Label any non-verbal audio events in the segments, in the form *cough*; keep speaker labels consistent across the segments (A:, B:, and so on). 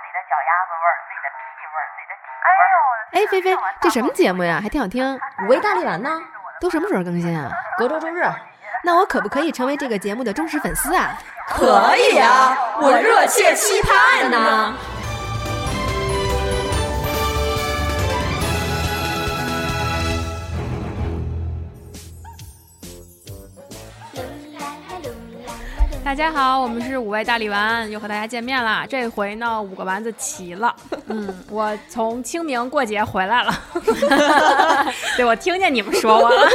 A: 子味儿、自己的屁味儿、自己的体味儿。
B: 哎，菲菲，这什么节目呀？还挺好听。
C: 五味大力丸呢？
B: 都什么时候更新啊？
C: 隔周周日。
B: 那我可不可以成为这个节目的忠实粉丝啊？
D: 可以啊，我热切期盼呢。
E: 大家好，我们是五味大力丸，又和大家见面啦。这回呢，五个丸子齐了。嗯，我从清明过节回来
B: *laughs*
E: 了。对，我听见你们说我了。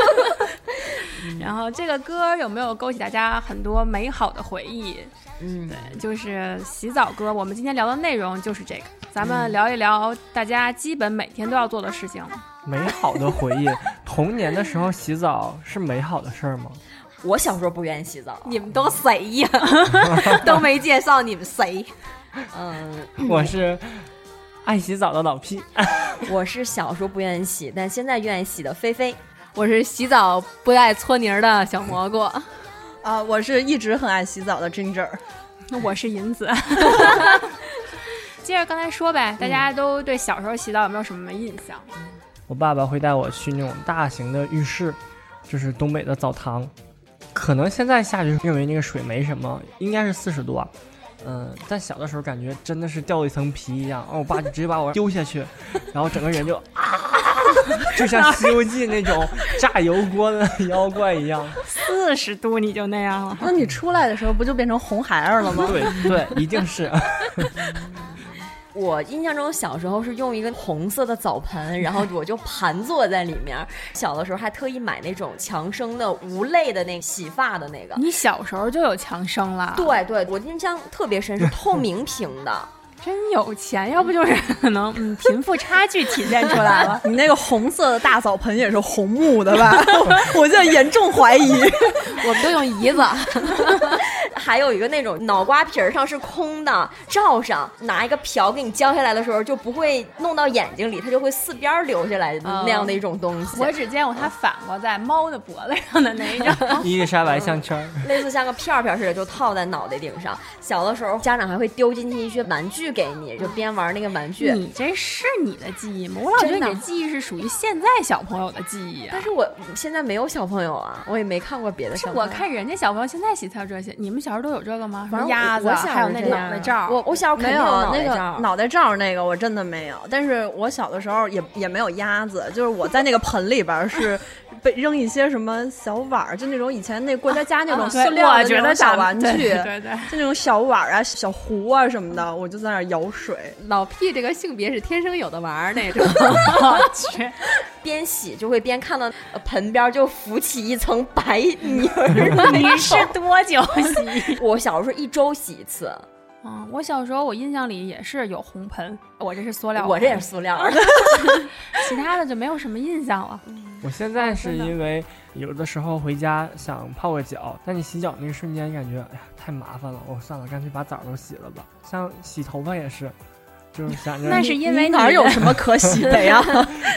B: 嗯
E: *laughs* 然后这个歌有没有勾起大家很多美好的回忆？
C: 嗯，
E: 就是洗澡歌。我们今天聊的内容就是这个，咱
B: 嗯
E: 们聊一聊大家基本每天都要做的事情。
F: 美好的回 *laughs* 忆，童年的时候洗澡是美好的事儿吗？
C: 我小时候不愿意洗澡。
D: 你们都谁
C: *laughs*
D: 呀？都没介绍你们谁。
C: 嗯，
F: 我是爱洗澡的老屁，
C: 我是小时候不愿意洗，但现在愿意洗的菲菲。
B: 我是洗澡不带搓泥儿的小蘑菇。
G: 啊，我是一直很爱洗澡的 Ginger，
E: 那我是银子。 *laughs* 接着刚才说呗，大家都对小时候洗澡有没有什么印象？
F: *laughs* 我爸爸会带我去那种大型的浴室，就是东北的澡堂。可能现在下去认为那个水没什么，应该是四十度啊。嗯，但小的时候感觉真的是掉了一层皮一样，哦然后我爸就直接把我丢下去， *laughs* 然后整个人就 *laughs* 啊，就像《西游记》那种炸油锅的 *laughs* 妖怪一样。
E: 四十度你就那样了。
G: 那你出来的时候不就变成红孩儿了吗？
F: 对对，一定是。
C: 我印象中小时候是用一个红色的澡盆，然后我就盘坐在里面。小的时候还特意买那种强生的无泪的那个洗发的那个。
E: 你小时候就有强生了，
C: 对对，我印象特别深，是透明瓶
G: *laughs*。
C: 的。
E: 真有钱，要不就是可能嗯贫富差距体现出来
C: *laughs*
E: 了
G: 你那个红色的大澡盆也是红木的吧？ *laughs* 我我现在严重怀疑。 *laughs*
B: 我们都用姨子，
C: *laughs* 还有一个那种脑瓜皮儿上是空的，罩上拿一个瓢给你浇下来的时候，就不会弄到眼睛里，它就会四边儿流下来的
G: 嗯
C: 那样的一种东西，
E: 我只见过它反过在猫的脖子上的那一 *laughs* 张。
F: 伊丽莎白项圈儿，
C: 类似像个片儿片儿似的，就套在脑袋顶上。小的时候，家长还会丢进去一些玩具给你，就边玩那个玩
G: 嗯
C: 具。
E: 你这是你的记忆吗？我老觉得
C: 真
E: 你
C: 的
E: 的记忆是属于现在小朋友的记忆啊
C: 但。是我现在没有小朋友啊，我也没看过别的
E: 是
C: 小朋友。
E: 我看人家小朋友现在洗才有这些，你们小时候都有这个吗？什
C: 反
E: 么
C: 正
E: 鸭子，
C: 我小时候
E: 还有那
C: 这
E: 脑
C: 样
E: 袋罩。
C: 我我小时候肯
G: 没
C: 定
G: 有啊
C: 脑
G: 那
C: 袋
G: 个
C: 罩。
G: 脑袋罩那个我真的没有，但是我小的时候也也没有鸭子，就是我在那个盆里边儿
C: *laughs*
G: 是被扔一些什么小碗儿，就那种以前那过家家那
C: 啊
G: 种
E: 对
G: 塑料
E: 我
G: 的
E: 觉
G: 那
E: 得
G: 种小
E: 咱
G: 玩
E: 对
G: 具，
E: 对对。
G: 就那种小碗儿啊、小壶啊什么的，我就在那儿舀水。
B: 老屁这个性别是天生有的玩儿那种。
E: 我去，
C: 边洗就会边看到呃盆边就浮起一层白泥儿。 *laughs*
E: 你是多久洗？
C: 我小时候一周洗一次，
E: *laughs* 嗯，我小时候我印象里也是有红盆，我这是塑料，
C: 我这也是，塑料。啊
E: 其他的就没有什么印象了。
F: *laughs* 我现在是因为有的时候回家想泡个脚，但你洗脚那个瞬间感觉，哎呀，太麻烦了，我、算了，干脆把澡都洗了吧。像洗头发也是，就是想着
E: 那是因为
G: 你哪儿
E: 你
G: 有什么 *laughs* 可啊洗的呀？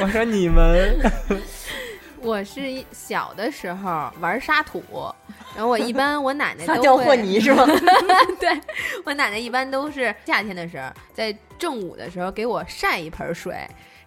F: 我说你们，
B: 我是一小的时候玩沙
C: *laughs*
B: 土，然后我一般我奶奶
C: 撒
B: 都
C: 掉
B: 会
C: 和泥是吗？
B: *laughs* 对我奶奶一般都是夏天的时候，在正午的时候给我晒一盆水，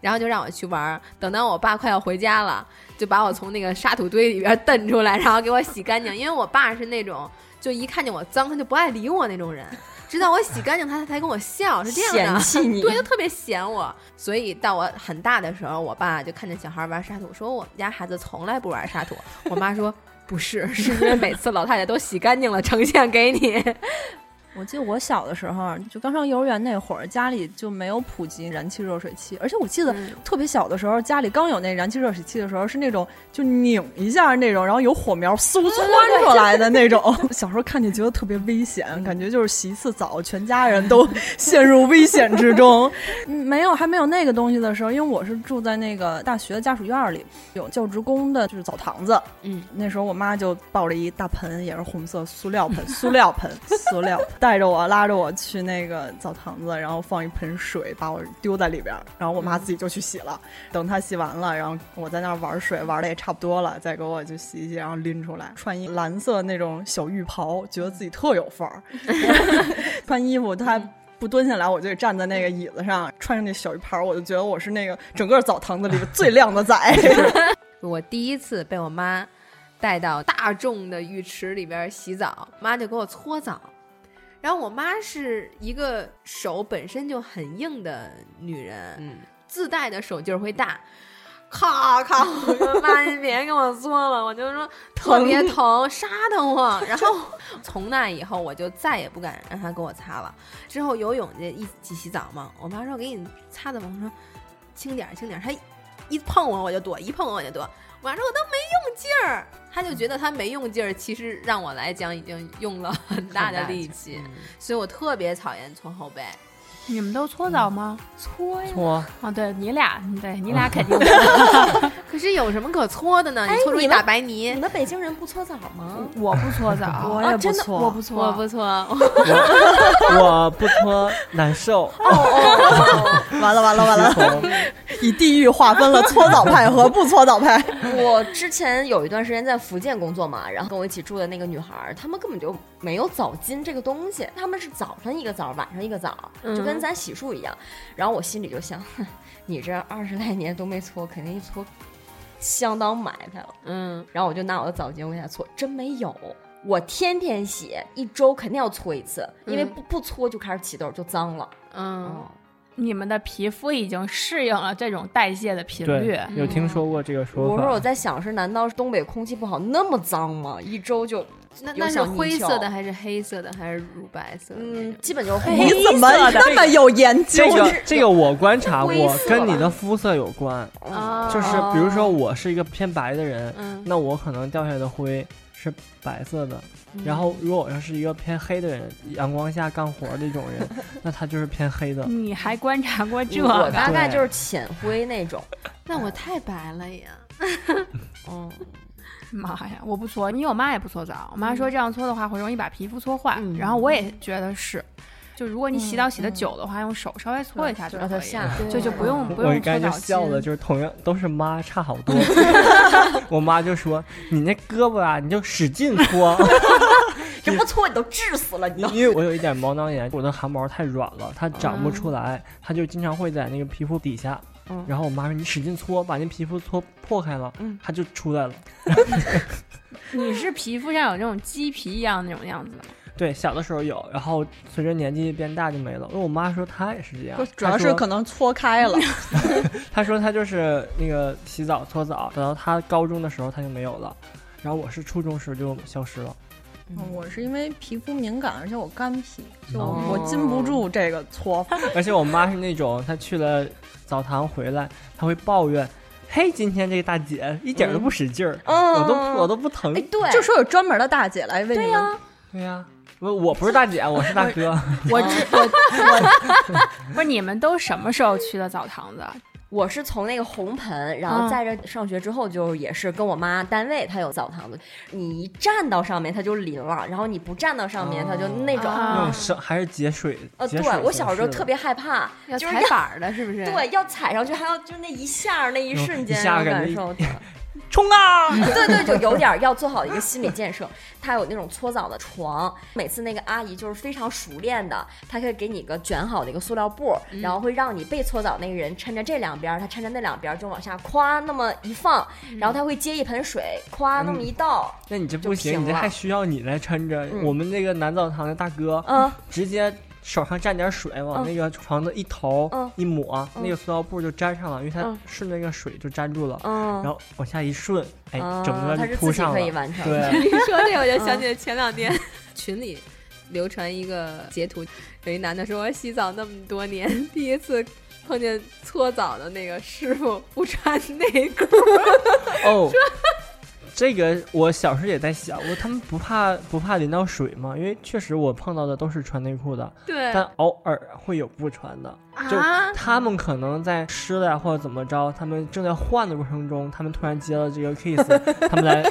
B: 然后就让我去玩儿。等到我爸快要回家了，就把我从那个沙土堆里边蹬出来，然后给我洗干净。因为我爸是那种就一看见我脏他就不爱理我那种人，直到我洗干净他他才跟我笑，是这样
C: 嫌
B: 的。
C: 弃你。
B: 对，就特别嫌我，所以到我很大的时候，我爸就看见小孩玩沙土，说我们家孩子从来不玩沙土。我妈说 *laughs* 不是，是因为每次老太太都洗干净了呈现给你。
G: 我记得我小的时候，就刚上幼儿园那会儿，家里就没有普及燃气热水器，而且我记得特别小的时候，家里刚有那燃气热水器的时候，是那种就拧一下那种，然后有火苗嗖窜出来的那种。 *laughs* 小时候看见觉得特别危险，感觉就是洗一次澡，全家人都 *laughs* 陷入危险之中。嗯没有还没有那个东西的时候，因为我是住在那个大学的家属院里，有教职工的就是澡堂子。
B: 嗯，
G: 那时候我妈就抱着一大盆，也是红色塑料盆，塑料盆， *laughs* 塑料盆，带着我拉着我去那个澡堂子，然后放一盆水，把我丢在里边儿，然后我妈自己就去洗了。等她洗完了，然后我在那儿玩水，玩的也差不多了，再给我就洗一洗，然后拎出来，穿一蓝色那种小浴袍，觉得自己特有范儿。穿衣服她不蹲下来，我就站在那个椅子上，穿上那小浴袍，我就觉得我是那个整个澡堂子里边最靓的仔。 *laughs*
B: 我第一次被我妈带到大众的浴池里边洗澡，妈就给我搓澡。然后我妈是一个手本身就很硬的女人，
C: 嗯，
B: 自带的手劲儿会大。咔咔！我说妈，你别给我搓了，我就说特别疼，杀疼我。然后从那以后，我就再也不敢让她给我擦了。之后游泳去一起洗澡嘛，我妈说给你擦擦吧，我说轻点儿，轻点儿。她一碰我我就躲，一碰我我就躲。我妈说我都没用劲儿，她就觉得她没用劲儿，其实让我来讲已经用了很大的力气，
C: 嗯
B: 所以我特别讨厌搓后背。
E: 你们都搓澡吗？
C: 搓呀。
F: 搓
E: 啊，对你俩，对你俩肯定
B: 可是有什么可搓的呢？你
C: 哎
B: 搓出一
C: 你们
B: 大白
C: 你
B: 泥，
C: 们北京人不搓澡吗？
E: 我不搓澡，哦
G: 我也不
E: 真的
G: 搓
E: 我不搓，
B: 我不搓，
C: 嗯
F: 我我不搓难受，
G: 完了完了完
F: 虚
G: 了，
F: 脱
G: 以地域划分了搓澡派和不搓澡派。
C: 我之前有一段时间在福建工作嘛，然后跟我一起住的那个女孩儿，她们根本就没有澡巾这个东西，她们是早上一个澡，晚上一个澡，就跟咱洗漱一样。然后我心里就想，哼 *laughs* 你这二十来年都没搓，肯定一搓相当埋汰了。
B: 嗯，
C: 然后我就拿我的澡巾我给她搓，真没有。我天天洗，一周肯定要搓一次，因为
B: 嗯
C: 不不搓就开始起痘，就脏了。
B: 嗯，
C: 哦
E: 你们的皮肤已经适应了这种代谢的频率
F: *laughs* 对。，有听说过这个说
C: 我说我
F: 法？
C: 在想是，难道东北空气不好那么脏吗？一周就
B: 那
C: 有
B: 那是
C: 小泥
B: 灰色
C: 鳅
B: 的还是黑色的还是乳白色的那
C: 嗯
B: 种？，
C: 基本就是
G: 你
C: 黑
G: 怎么
E: 黑色的
G: 那么有研究
F: 这？个
C: 是
F: 这个我观察
C: 灰
F: 过
C: 色，
F: 跟你
C: 吧
F: 的肤色有关。
B: 啊
C: 哦
F: 就是比如说我是一个偏白的人，
B: 嗯
F: 那我可能掉下来的灰是白色的。
B: 嗯
F: 然后如果我要是一个偏黑的人，阳光下干活的一种人，那他就是偏黑的。
E: 你还观察过这
C: 我
E: 个？
C: 大概就是浅灰那种。
B: 那我太白了呀，
C: 嗯，
E: *laughs* 妈呀，我不搓，因为我妈也不搓澡。我妈
C: 嗯
E: 说这样搓的话会容易把皮肤搓坏，
B: 嗯
E: 然后我也觉得是。就如果你洗澡洗的久的话，用手稍微搓一下就
C: 嗯让
E: 可
C: 它
E: 以
B: 哎
C: 下，
E: 就就不用不
F: 我
E: 用
F: 刚
E: 搓
F: 才就
E: 澡
F: 笑了，
E: 巾。
F: 就是同样都是妈，差好多。 *laughs* 我妈就说：“你那胳膊啊，你就使劲搓。 *laughs*
C: 这不搓你都致死了，你都”
F: 因为我有一点毛囊炎，我的汗毛太软了，它长不出来，它就经常会在那个皮肤底下。
C: 嗯
F: 然后我妈说：“你使劲搓，把那皮肤搓破开了，
C: 嗯
F: 它就出来了。”
E: 你是皮肤上有那种鸡皮一样那种样子吗？
F: 对，小的时候有，然后随着年纪变大就没了。因为我妈说她也是这样，
G: *laughs* 主要
F: 她
G: 是
F: 说
G: 可能搓开了，
F: 她说她就是那个洗澡搓澡，等到她高中的时候她就没有了，然后我是初中时就消失了。
G: 我是因为皮肤敏感，而且我干皮，就
F: 哦
G: 我禁不住这个搓法。
F: 而且我妈是那种她去了澡堂回来，她会抱怨：“嘿，今天这个大姐一点都不使劲儿，
C: 嗯
F: 我都我都不疼。
C: 哎，对，
G: 就说有专门的大姐来为你
C: 对
G: 们
C: 呀，
F: 对呀、我我不是大
C: *laughs*
F: 姐，我是大哥。
E: 我知我我不是你们都什么时候去的澡堂子？啊
C: 我是从那个红盆，然后在这上学之后，就也是跟我妈单位，她有澡堂子，你一站到上面它就淋了，然后你不站到上面它就那种。
E: 啊
F: 那种生还是节水，
C: 呃，
F: 节
C: 对
F: 水
C: 我小时
F: 哦
C: 候
F: 形式
C: 特别害怕，
B: 要
C: 嗯就是
B: 踩
C: 要
B: 板儿的，是不是？
C: 对，要踩上去，还要就那一下儿那一
F: 有
C: 瞬
F: 嗯一
C: 间
F: 下
C: 那种
F: 感
C: 感
F: 觉
C: 受的，
F: 冲啊！
C: 对对，就有点儿要做好一个心理建设。他有那种搓澡的床，每次那个阿姨就是非常熟练的，她可以给你个卷好的一个塑料布，然后会让你被搓澡那个人抻着这两边儿，他抻着那两边儿就往下夸那么一放，然后他会接一盆水，夸那么一倒，
F: 那你这不
C: 就
F: 行，
C: 平
F: 你这
C: 了
F: 还需要你来撑着。
C: 嗯
F: 我们那个男澡堂的大哥，
C: 嗯，
F: 直接手上蘸点水，往
C: 嗯
F: 那个床的一头
C: 嗯
F: 一抹，
C: 嗯
F: 那个塑料布就粘上了，因为它
C: 嗯
F: 顺着那个水就粘住了，
C: 嗯，
F: 然后往下一顺，哎，
C: 啊
F: 整个
C: 他
F: 就是铺
C: 自己
F: 上
C: 可以
F: 了。
C: 完成，
F: 对，
B: 你说这，我就想起来前两天嗯 *laughs* 群里流传一个截图，有一男的说：“我洗澡那么多年，第一次碰见搓澡的那个师傅不穿内裤。
F: 哦，这个我小时候也在想，我他们不怕不怕淋到水吗？因为确实我碰到的都是穿内裤的，”
E: *laughs*
B: 对
E: 哦
F: 但偶尔会有不穿的。 *laughs* 就
C: 嗯
B: 啊，
F: 他们可能在湿了呀，或者怎么着，他们正在换的过程中，他们突然接了这个
C: *laughs*
F: kiss，他们来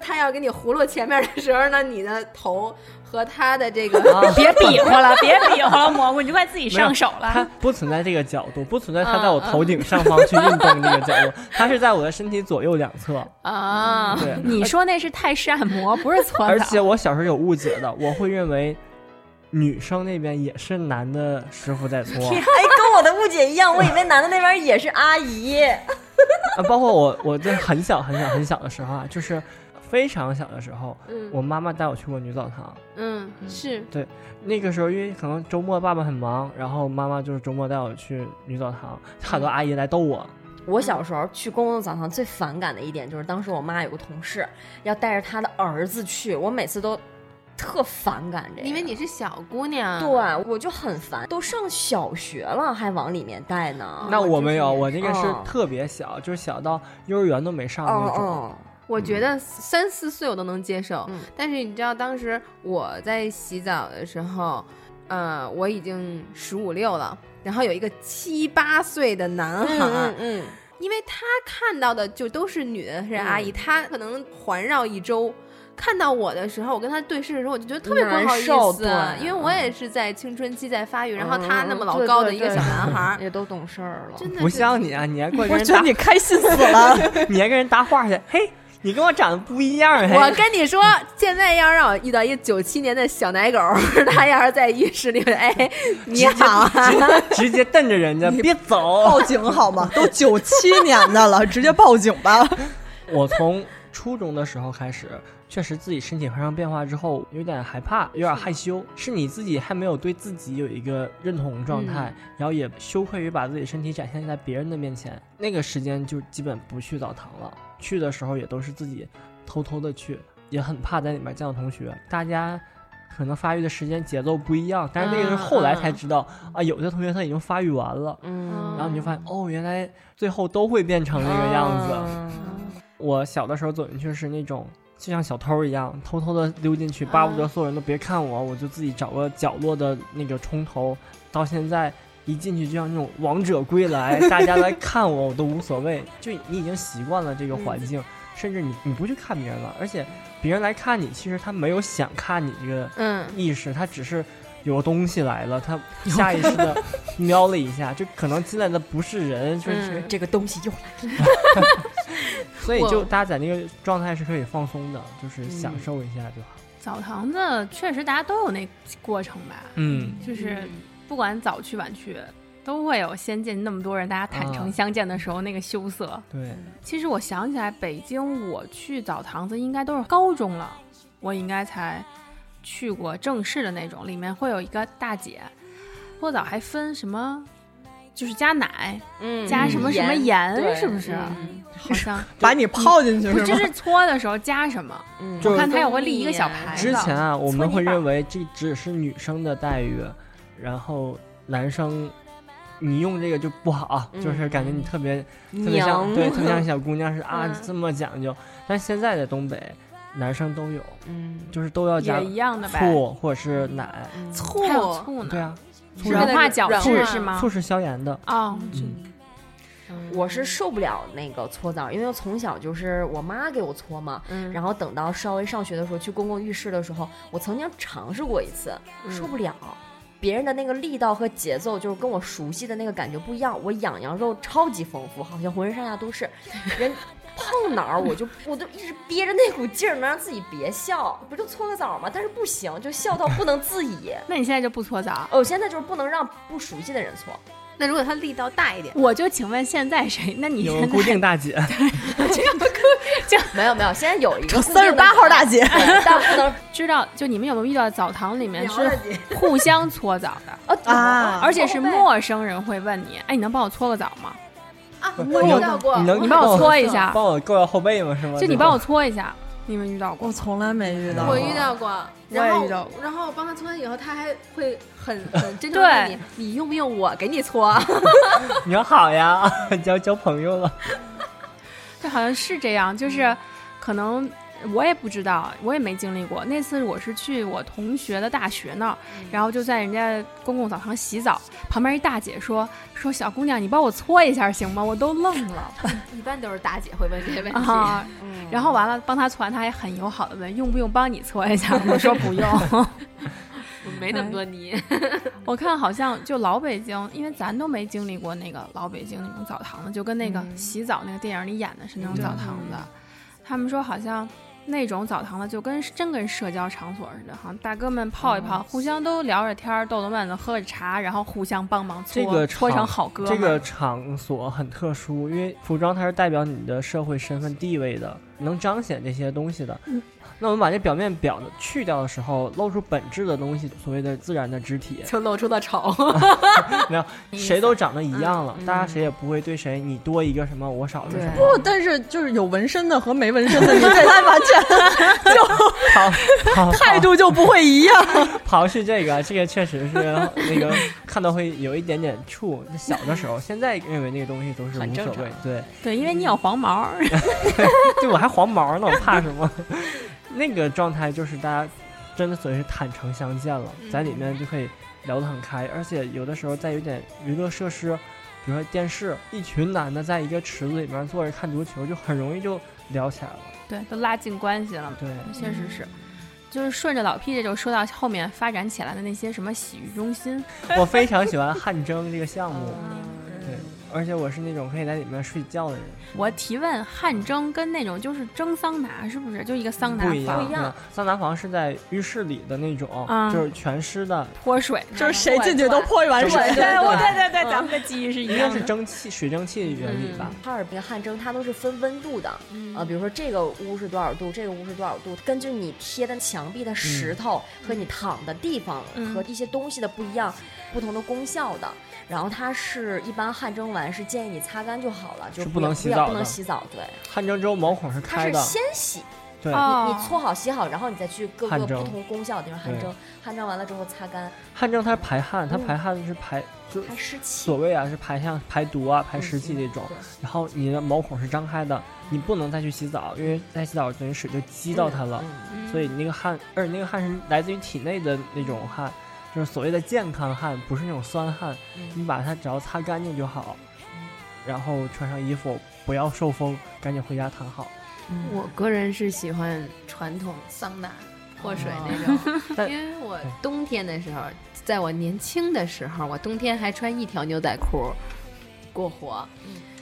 B: 他要给你葫芦前面的时候呢，你的头和他的这个
F: *laughs* 啊
E: 别比划了，别比划了，蘑菇，你就快自己上手
F: 它
B: 啊
E: 了。
F: 不存在这个角度，不存在
B: 嗯
F: 它在我头顶上方去运动这个角度，它是在我的身体左右两侧。
B: 啊，
F: 嗯对，
E: 你说那是泰式按摩，不是搓澡。
F: 而且我小时候有误解的，我会认为女生那边也是男的师傅在搓
C: *laughs* 哎，跟我的误解一样，我以为男的那边也是阿姨。
F: 啊，包括我，我在很小很小很小的时候啊，就是非常小的时候，
B: 嗯
F: 我妈妈带我去过女澡堂。
B: 嗯是
F: 那个时候，因为可能周末爸爸很忙，然后妈妈就是周末带我去女澡堂，很
B: 嗯
F: 多阿姨来逗我。
B: 哦
C: 我小时候去公共澡堂最反感的一点就是，当时我妈有个同事要带着她的儿子去，我每次都特反感这个，
B: 因为你是小姑娘，
C: 对，我就很烦，都上小学了还往里面带呢。
F: 那我没有，
B: 就是
F: 我那个是
C: 哦
F: 特别小，就是小到幼儿园都没
B: 哦
F: 上
C: 嗯
F: 那种。
C: 嗯，
B: 我觉得三四岁我都能接受，
C: 嗯
B: 但是你知道当时我在洗澡的时候，呃，我已经十五六了，然后有一个七八岁的男
F: *laughs*
B: 孩，
C: 嗯嗯
B: 因为他看到的就都是女的，是阿姨，
C: 嗯
B: 他可能环绕一周。看到我的时候，我跟他对视的时候，我就觉得特别不好意
C: 难受
B: 思
C: 对，
B: 因为我也是在青春期在发育，然后
C: 嗯
B: 他那么老
C: 对
B: 高
C: 对
B: 的一个
C: 对
B: 小男孩儿，
C: 嗯 *laughs* 也都懂事儿了。
B: 真的
F: 不
B: 是
F: 像你啊，你还过去
G: 我
F: 跟人
G: 觉得
F: 搭，
G: 你开心死了。
F: 你还跟人搭话去，嘿，你跟我长得不一样，
B: *laughs* 我
F: 嘿。
B: 跟你说，现在要让我遇到一九七年的小奶狗，他要是在浴室里面，哎，你好啊，
F: 直接瞪着人家，别走。
G: 报警好吗？都九七年的了，直接报警吧。
F: 我从初中的时候开始，确实自己身体发生变化之后，有点害怕，有点害羞，是你自己还没有对自己有一个认同状态，然后也羞愧于把自己身体展现在别人的面前。那个时间就基本不去澡堂了，去的时候也都是自己偷偷的去，也很怕在里面见到同学，大家。可能发育的时间节奏不一样，但是那个是后来才知道、啊，有的同学他已经发育完了，
C: 嗯
F: 然后你就发现哦，原来最后都会变成那个样子。
C: 哦子，
F: 我小的时候走进去是那种就像小偷一样，偷偷的溜进去，巴不得所有人都别看我，我就自己找个角落的那个冲头。到现在一进去就像那种王者归来，大家来看我我都无所谓，就你已经习惯了这个环境，甚至你你不去看别人了，而且别人来看你，其实他没有想看你这个
B: 嗯，
F: 意识，他只是。有东西来了，他下意识的瞄了一下，就可能进来的不是人，就是、
B: 嗯
C: 这个东西又来
F: 所以
B: 我
F: 就大家在那个状态是可以放松的，就是
E: 嗯
F: 享受一下就好。
E: 澡堂子确实大家都有那过程吧，
F: 嗯，
E: 就是不管早去晚去，都会有先见那么多人，大家坦诚相见的时候那个羞涩。
F: 对，
E: 其实我想起来，北京我去澡堂子应该都是高中了，我应该才去过正式的那种，里面会有一个大姐搓澡，还分什么。就是加奶，
C: 嗯
E: 加什么什么
C: 对
E: 盐，是不是？
C: 嗯
E: 好
F: *laughs*
E: 像
G: 把你泡进去
E: 不
G: 是
E: 就
G: 吗？
E: 是搓的时候加什么？
C: 嗯
F: 就
E: 我
F: 是
E: 看它有会立一个小牌
F: 之
E: 子。
F: 前啊，我们
E: 搓
F: 会
E: 泥板
F: 认为这只是女生的待遇，然后男生你用这个就不好，
C: 嗯
F: 就是感觉你特别特别像
C: 娘
F: 对，特别
E: *laughs*
F: 像小姑娘是啊
E: 嗯
F: 这么讲究。但现在在东北，男生都有，
C: 嗯
F: 就是都要 *laughs* 加
E: 也一样的呗，
F: 醋或者是奶，
B: 醋
E: 还有醋呢，
F: 对啊，
E: 嗯
F: 醋
E: 是
B: 为了
E: 软化角
B: 软
E: 质
B: 化
E: 是吗
F: 醋？是消炎的，
E: 哦，
F: 嗯，
C: 我是受不了那个搓澡，因为我从小就是我妈给我搓嘛，
B: 嗯
C: 然后等到稍微上学的时候去公共浴室的时候，我曾经尝试过一次，受不了。别人的那个力道和节奏，就是跟我熟悉的那个感觉不一样。我痒痒肉超级丰富，好像浑身上下都是。人碰哪儿我就我就一直憋着那股劲儿，能让自己别笑，不就搓个澡吗？但是不行，就笑到不能自已。
E: 那你现在就不搓澡？
C: 哦，我现在就是不能让不熟悉的人搓。
B: 那如果他力道大一点，
E: 我就请问现在
F: *laughs*
E: 谁？那你
F: 有个
E: 现
F: 固
E: 在
F: 定
E: *laughs*
F: 大姐，
C: 没有没有，现在有一个
G: 三十八号大
C: 姐，
G: 姐，
C: 哎但不能
E: 知道就你们有没有遇到澡堂里面是
G: 你
E: 互相搓澡的，
C: 哦
G: *laughs* 啊
E: 而且是陌生人会问你，哎，你能帮我搓个澡吗？
B: 啊，
F: 不是
B: 我
F: 你
B: 遇
F: 能
B: 到过，
F: 你能
E: 你帮我搓一下，
F: 帮我够到后背吗？是吗？
E: 就你
F: 哦对吧
E: 帮我搓一下，你们遇到过
G: 我
E: 吗？
G: 从来没遇到过，
B: 我遇到过，
E: 也
B: 然后
E: 遇到过
B: 然后我帮他搓完以后，他还会很很真诚的问你，你用不用我给你搓？
F: 你说好呀， *laughs* 交交朋友了。
E: 对，好像是这样，就是可能我也不知道，我也没经历过。那次我是去我同学的大学那儿，然后就在人家公共澡堂洗澡，旁边一大姐说说小姑娘，你帮我搓一下行吗？我都愣了
B: *laughs* 一般都是大姐会问这些问题。
E: 啊。然后完了，帮她搓完，她还很友好的问用不用帮你搓一下，我说不
F: *laughs*
E: 用。
B: 我没那么多泥，，
E: 我看好像就老北京，因为咱都没经历过那个老北京那种
F: 嗯
E: 澡堂子，就跟那个洗澡那个电影里演的是那种澡堂子。他们说好像那种澡堂子就跟真跟社交场所似的，好像大哥们泡一泡，
F: 哦
E: 互相都聊着天儿，逗逗闷子，喝着茶，然后互相帮忙搓，
F: 这个
E: 搓
F: 场
E: 成好哥们
F: 这
E: 儿
F: 个场所很特殊，因为服装它是代表你的社会身份地位的，能彰显这些东西的。那我们把这表面表的去掉的时候，露出本质的东西，所谓的自然的肢体
B: 就露出了丑。
F: 那谁都长得一样了，大家谁也不会对谁你多一个什么，我少一个什么。
G: 不，但是就是有纹身的和没纹身的，你对他完全就
F: 好， *laughs* 好，
G: 态度就不会一样。
F: 刨去这个，这个确实是那个 *laughs* 看到会有一点点怵。小的时候，现在认为那个东西都是
B: 很
F: 无
B: 正
F: 所
B: 常
F: 谓。对，
E: 对，因为你有黄毛儿，
F: 嗯对我还黄毛呢，我怕什么？ *laughs* 那个状态就是大家真的所谓是坦诚相见了，在里面就可以聊得很开，而且有的时候在有点娱乐设施，比如说电视，一群男的在一个池子里面坐着看足球，就很容易就聊起来了。
E: *laughs* 对，都拉近关系了。
F: 对，
E: 确实是，就是顺着老 P 这就说到后面发展起来的那些什么洗浴中心，
F: 我非常喜欢汗蒸这个项目，
B: 嗯
F: 对，而且我是那种可以在里面睡觉的人。
E: 我提问汗蒸跟那种就是蒸桑拿是不是就嗯一个桑拿
F: 不一样，
E: 房
F: 对桑拿房是在浴室里的那种，
E: 嗯
F: 就是全湿的，
E: 泼水嗯那
G: 就
E: 种？
G: 是谁进去都泼一碗水。
C: 对对
E: 我对对对，咱们的记忆是一
F: 应该
E: 样
F: 是
E: 的。
F: 蒸汽、水蒸气原理吧。
C: 哈尔滨汗蒸它都是分温度的，呃，比如说这个屋是多少度，这个屋是多少度，根据你贴的墙壁的石
F: 嗯
C: 头和你躺的地方
E: 嗯
C: 和一些东西的不一样，不同的功效的。然后它是一般汗蒸完是建议你擦干就好了，就是
F: 不
C: 不要
F: 能洗
C: 不要
F: 澡
C: 不能
F: 的
C: 洗澡，对，
F: 汗蒸之后毛孔是
C: 它
F: 开
C: 是
F: 的，
C: 先洗，
F: 对，
E: 哦
C: 你你搓好洗好，然后你再去各个
F: 汗
C: 不
F: 蒸
C: 同功效的地方汗
F: 对
C: 蒸，汗蒸完了之后擦干，
F: 汗蒸它是排汗，它
C: 嗯
F: 排汗是排就
C: 排湿气
F: 所。谓啊是排像排毒啊、排湿气这种。
C: 嗯对
F: 然后你的毛孔是张开的，你不能再去洗澡，因为再洗澡等于水就积到它了，
C: 嗯
F: 所以你那个汗，而且那个汗是来自于体内的那种汗。就是所谓的健康汗，不是那种酸汗，
C: 嗯
F: 你把它只要擦干净就好，然后穿上衣服，不要受风，赶紧回家躺好。
B: 我个人是喜欢传统桑拿泼水那种，
F: 但
B: 因为我冬天的时候，在我年轻的时候，我冬天还穿一条牛仔裤过活。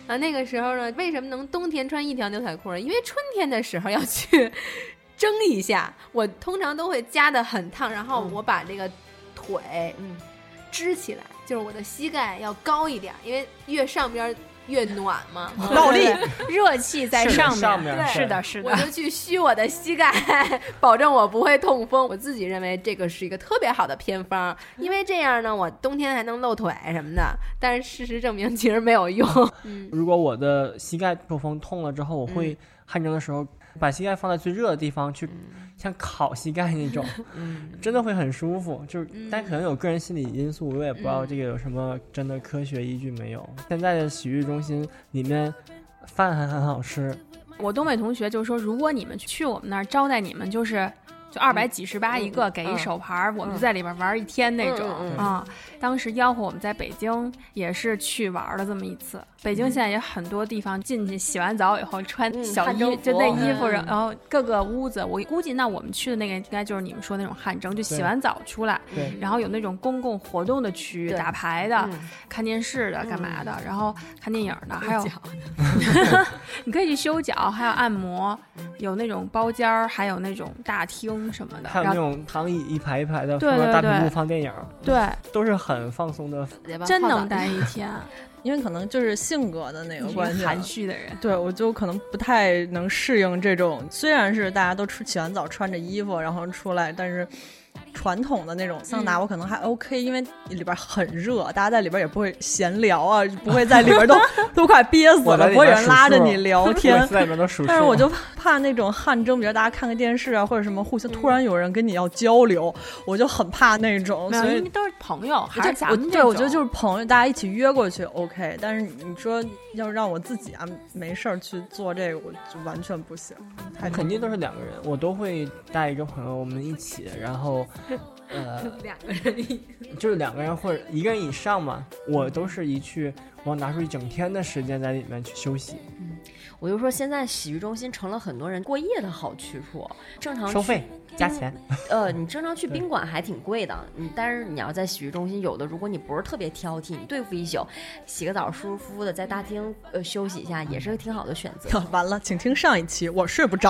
B: 啊，那个时候呢，为什么能冬天穿一条牛仔裤呢？因为春天的时候要去蒸一下，我通常都会夹得很烫，然后我把这个腿
C: 嗯
B: 支起来，就是我的膝盖要高一点，因为越上边儿越暖嘛。
G: *laughs*
B: *laughs*
G: 哦
E: 倒立，热气在
F: 是的
E: 上
F: 上面
E: 是
F: 对
E: 的，是
B: 我
E: 的。
B: 就去虚我的膝盖，保证我不会痛风。我自己认为这个是一个特别好的偏方，因为这样呢，我冬天还能露腿什么的。但是事实证明，其实没有用。
E: 嗯
F: 如果我的膝盖受风痛了之后，我
C: 嗯
F: 会汗蒸的时候把膝盖放在最热的地方去，像烤膝盖那种，真的会很舒服。就是，
G: 嗯
F: 但可能有个人心理因素，我也不知道这个有什么真的科学依据没有。现在的洗浴中心里面饭还很好吃，
E: 我东北同学就说，如果你们去我们那儿招待你们，就是就二
F: 嗯
E: 百几十八一个，给一手牌儿，我们就在里边玩一天那种
C: 嗯
F: 嗯嗯
E: 啊。当时吆喝我们在北京也是去玩了这么一次。北京现在也很多地方进去洗完澡以后穿
C: 嗯
E: 小
C: 汗蒸
E: 衣，
C: 服
E: 就那衣服，
B: 嗯
E: 然后各个屋子，我估计那我们去的那个应该就是你们说那种汗蒸，就洗
F: 对
E: 完澡出来，
F: 对，
B: 嗯
E: 然后有那种公共活动的区域，
C: 对
E: 打牌的、
C: 嗯
E: 看电视的、干嘛的，然后看电影的，还 *laughs* 有你可以去修脚，还有按摩，有那种包间儿，还有那种大厅什么的。
F: 还有那
E: 然后
F: 种躺椅一排一排的
E: 对
F: 放到大屏
E: 对
F: 幕
E: 对
F: 放电影，
E: 对，
F: 都是很放松的
E: 真能待一天，
G: 因为可能就是性格的那个
E: 你是
G: 关系
E: *laughs* 个
G: 了，
E: 含蓄的人。
G: 对，我就可能不太能适应这种，虽然是大家都出洗完澡穿着衣服然后出来，但是传统的那种桑拿我可能还 OK，、因为里边很热，大家在里边也不会闲聊啊，不会在里边 *laughs* 都都快憋死
F: 我在
G: 了，
F: 里
G: 不会有
F: 边
G: 人
F: 数
G: 拉着
F: 数
G: 你聊
F: *laughs* 我
G: 天。
F: 在里面都数
G: *laughs*
F: 数。
G: 但是我就怕那种汗蒸，比如大家看个电视啊或者什么，互相突然有人跟你要交流，我就很怕那种，
E: 没有，
G: 所以
E: 因为都是朋友，还
G: 就是
E: 咱
G: 我
E: 们
G: 对，我觉得就是是朋友，大家一起约过去 OK，但是你说要让我自己啊没事儿去做这个，我就完全不行，太
F: 肯定都是两个人，我都会带一个朋友，我们一起，然
G: *laughs*
F: 后，呃，
B: 两个人，
F: 就是两个人或者一个人以上嘛，我都是一去，我要拿出一整天的时间在里面去休息。
C: 我就说现在洗浴中心成了很多人过夜的好去处，正常
F: 收
C: 去
F: 费加钱，
C: 呃，你正常去
F: 嗯对
C: 宾馆还挺贵的，你但是你要在洗浴中心，有的如果你不是特别挑剔，你对付一宿，洗个澡舒舒服服的在大厅呃休息一下，也是个挺好的选择。
G: 完了， *laughs* 请听上一期，我睡不
E: *laughs*
G: 着。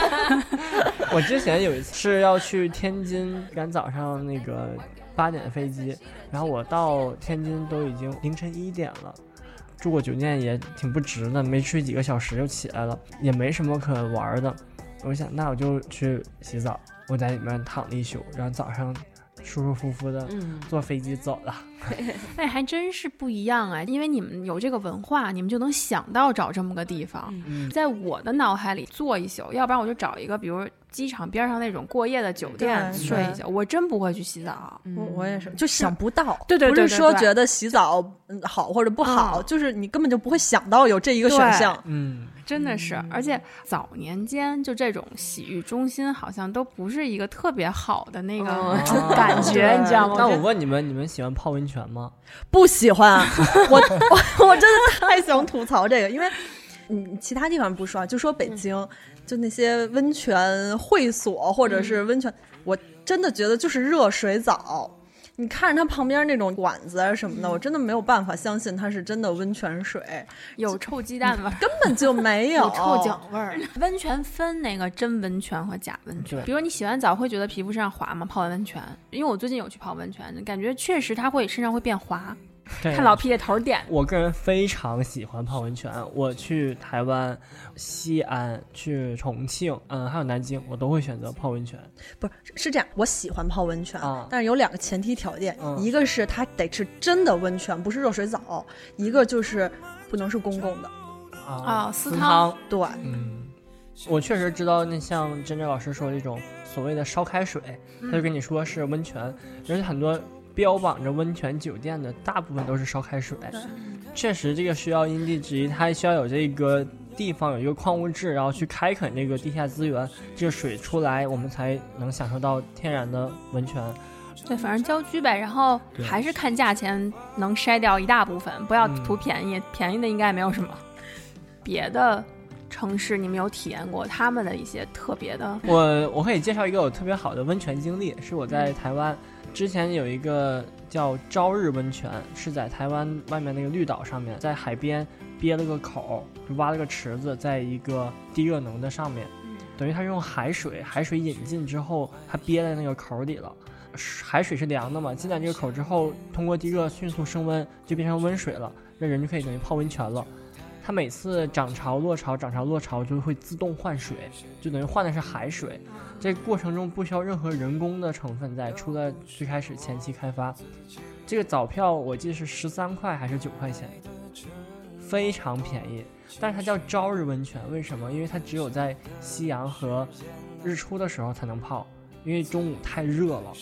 F: *laughs* 我之前有一次是要去天津赶早上那个八点的飞机，然后我到天津都已经凌晨一点了，住过酒店也挺不值的，没睡几个小时就起来了，也没什么可玩儿的。我想那我就去洗澡，我在里面躺了一宿，然后早上舒舒服服的
C: 嗯，
F: 坐飞机走了。
E: 哎，还真是不一样哎，因为你们有这个文化，你们就能想到找这么个地方。
F: 嗯
E: 在我的脑海里坐一宿，要不然我就找一个，比如机场边上那种过夜的酒店
G: 对
E: 睡一
G: 对
E: 宿。我真不会去洗澡。
B: 嗯
G: 我我也是，就想不到，
E: 对对对
G: 不
E: 对
G: 是说
E: 对
G: 觉得洗澡嗯好或者不好，
E: 嗯
G: 就是你根本就不会想到有这一个选项。
F: 嗯，
E: 真的是，而且早年间就这种洗浴中心好像都不是一个特别好的那个
F: 哦
E: 感觉，你知道吗？
F: 那
E: 我觉
F: 我
E: 得
F: 问你们，你们喜欢泡温泉吗？
G: 不喜欢，我我我真的太想吐槽这个，因为嗯，其他地方不说啊，就说北京，就那些温泉会所或者是温泉，我真的觉得就是热水澡。你看着它旁边那种管子啊什么的，我真的没有办法相信它是真的温泉水，
E: 有臭鸡蛋味儿。
G: 根本就没有
E: 哦
B: 臭脚味儿，
E: 温泉分那个真温泉和假温泉
F: 对，
E: 比如你洗完澡会觉得皮肤身上滑吗？泡完温泉，因为我最近有去泡温泉，感觉确实它会身上会变滑。*laughs*
F: 对
E: 看老 P 这头儿点，
F: 我个人非常喜欢泡温泉，我去台湾、西安、去重庆，嗯，还有南京，我都会选择泡温泉。
G: 不是是这样，我喜欢泡温泉，
F: 啊
G: 但是有两个前提条件，
F: 嗯
G: 一个是它得是真的温泉，不是热水澡；一个就是不能是公共的。
F: 啊
E: 哦私
F: 私
E: 汤
F: 汤，
G: 对，
F: 嗯，我确实知道，那像珍珍老师说的这种所谓的烧开水，
E: 嗯
F: 他就跟你说是温泉，而且很多标榜着温泉酒店的大部分都是烧开水。确实，这个需要因地制宜，它需要有这个地方有一个矿物质，然后去开垦这个地下资源，这个水出来，我们才能享受到天然的温泉。
E: 对，反正郊区呗，然后
F: 对
E: 还是看价钱能筛掉一大部分，不要
F: 嗯
E: 图便宜，便宜的应该也没有什么。别的城市你们有体验过他们的一些特别的
F: 我我可以介绍一个我特别好的温泉经历，是我在台湾之前有一个叫朝日温泉，是在台湾外面那个绿岛上面，在海边憋了个口，就挖了个池子，在一个低热能的上面，等于它是用海水，海水引进之后，它憋在那个口里了。海水是凉的嘛，进来这个口之后，通过低热迅速升温，就变成温水了，那人就可以等于泡温泉了。它每次涨潮落潮，涨潮落潮就会自动换水，就等于换的是海水。这个过程中不需要任何人工的成分在，除了最开始前期开发。这个早票我记得是十三块还是九块钱，非常便宜。但是它叫朝日温泉，为什么？因为它只有在夕阳和日出的时候才能泡，因为中午太热了，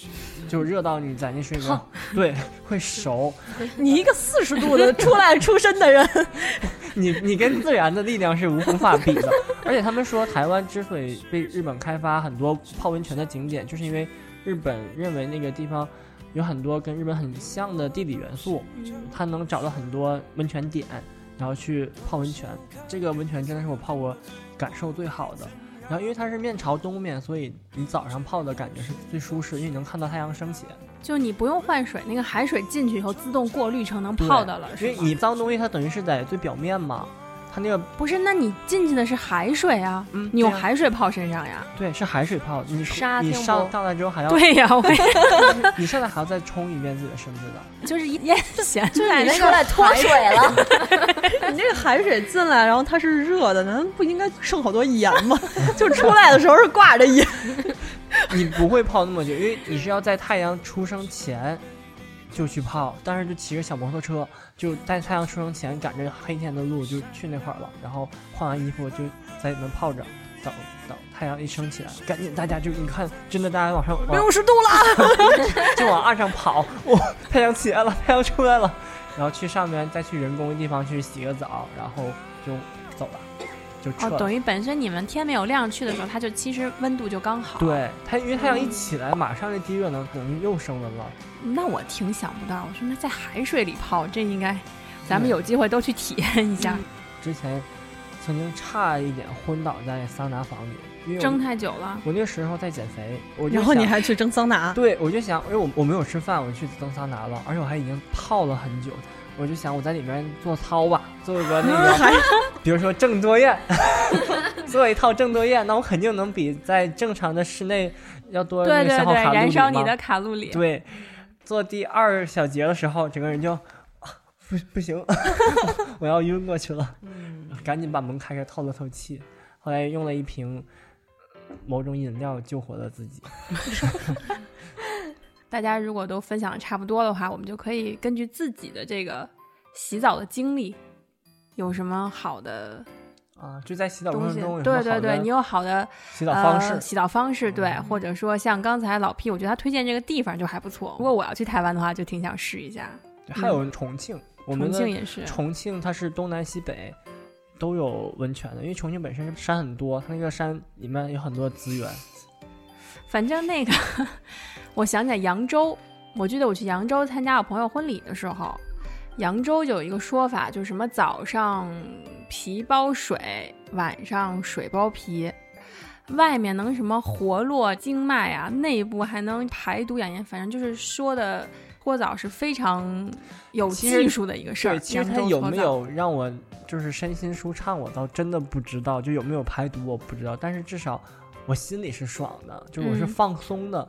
F: 就热到你在那水里边，对，会熟。
G: 你一个四十度
C: *laughs*
G: 的出来出身的人，
F: *laughs* 你你跟自然的力量是无无法比的。而且他们说，台湾之所以被日本开发很多泡温泉的景点，就是因为日本认为那个地方有很多跟日本很像的地理元素，它能找到很多温泉点，然后去泡温泉。这个温泉真的是我泡过感受最好的。然后因为它是面朝东面，所以你早上泡的感觉是最舒适，因为你能看到太阳升起。
E: 就你不用换水，那个海水进去以后自动过滤成能
F: 对
E: 泡的了，
F: 因
E: 是
F: 为
E: 吗？
F: 你脏东西它等于是在最表面嘛，它那个
E: 不是，那你进去的是海水啊，
F: 嗯
E: 你用
F: 对啊
E: 海水泡身上呀？
F: 对，是海水泡，你
C: 沙
F: 你
C: 丁
F: 上
C: 不
F: 上来之后还要，
E: 对呀、我也
F: *laughs* 你上来还要再冲一遍自己的身子的。
E: 就是一咽咸
G: 就
C: 你
G: 是
C: 出来脱水
F: *laughs*
C: 了，
G: *laughs* 你这个海水进来，然后它是热的，难道不应该剩好多盐吗？ *laughs* 就出来的时候是挂着 *laughs* 盐，
F: 你不会泡那么久，因为你是要在太阳出生前就去泡，但是就骑着小摩托车，就在太阳出生前赶着黑天的路就去那块儿了，然后换完衣服就在里面泡着，等等太阳一升起来，赶紧大家就你看，真的大家往上往
G: 六十度了。
F: 就往岸上跑，哇、太阳起来了，太阳出来了，然后去上面再去人工的地方去洗个澡，然后就走了，就撤
E: 哦，
F: 了。
E: 等于本身你们天没有亮去的时候，它就其实温度就刚好。，
F: 对它，因为太阳一起来，马上这低热能等于又升温了。
E: 那我挺想不到，我说那在海水里泡，这应该咱们嗯
F: 对
E: 有机会都去体验一下。
F: 之前曾经差一点昏倒在桑拿房里，因为我
E: 蒸太久了，
F: 我那时候在减肥，我就
G: *laughs* 然后你
F: 想
G: 还去蒸桑 *laughs* 拿，
F: 对，我就想，因为我我没有吃饭，我去蒸桑拿了，而且我还已经泡了很久，我就想我在里面做操吧，做个那个，比如说郑多燕， *laughs* 做一套郑多燕，那我肯定能比在正常的室内要多
E: 对
F: 呃那个
E: 对
F: 消耗
E: 对，
F: 卡路
E: 燃
F: 里
E: 烧你
F: 嘛
E: 的卡路里。
F: 对，做第二小节的时候，整个人就、啊、不不行， *laughs* 我要晕过去了，
E: 嗯
F: 赶紧把门开开透了透气。后来用了一瓶某种饮料救活了自己。
E: 大家如果都分享的差不多的话，我们就可以根据自己的这个洗澡的经历，有什么好的
F: 啊，就在洗澡过
E: 东西
F: 程中有？什么
E: 对对
F: 好
E: 对，
F: 的
E: 你有好的
F: 洗澡方式嗯
E: 呃、，洗澡方式对，或者说像刚才老 P，我觉得他推荐这个地方就还不错。如果我要去台湾的话，就挺想试一下。
F: 对还有重庆，我们
E: 嗯重
F: 的
E: 庆也是，
F: 重庆它是东南西北都有温泉的，因为重庆本身山很多，它那个山里面有很多资源。
E: 反正那个 *laughs* 我想起来扬州，我记得我去扬州参加我朋友婚礼的时候，扬州有一个说法，就是什么早上皮包水，晚上水包皮。外面能什么活络经脉啊，内部还能排毒养颜，反正就是说的搓澡是非常有
F: 其实
E: 技术的一个事儿。
F: 对，其实
E: 扬
F: 它
E: 州
F: 有嗯
E: 搓
F: 没
E: 澡
F: 有让我就是身心舒畅，我倒真的不知道，就有没有排毒我不知道，但是至少我心里是爽的，就是我是
E: 嗯
F: 放松的。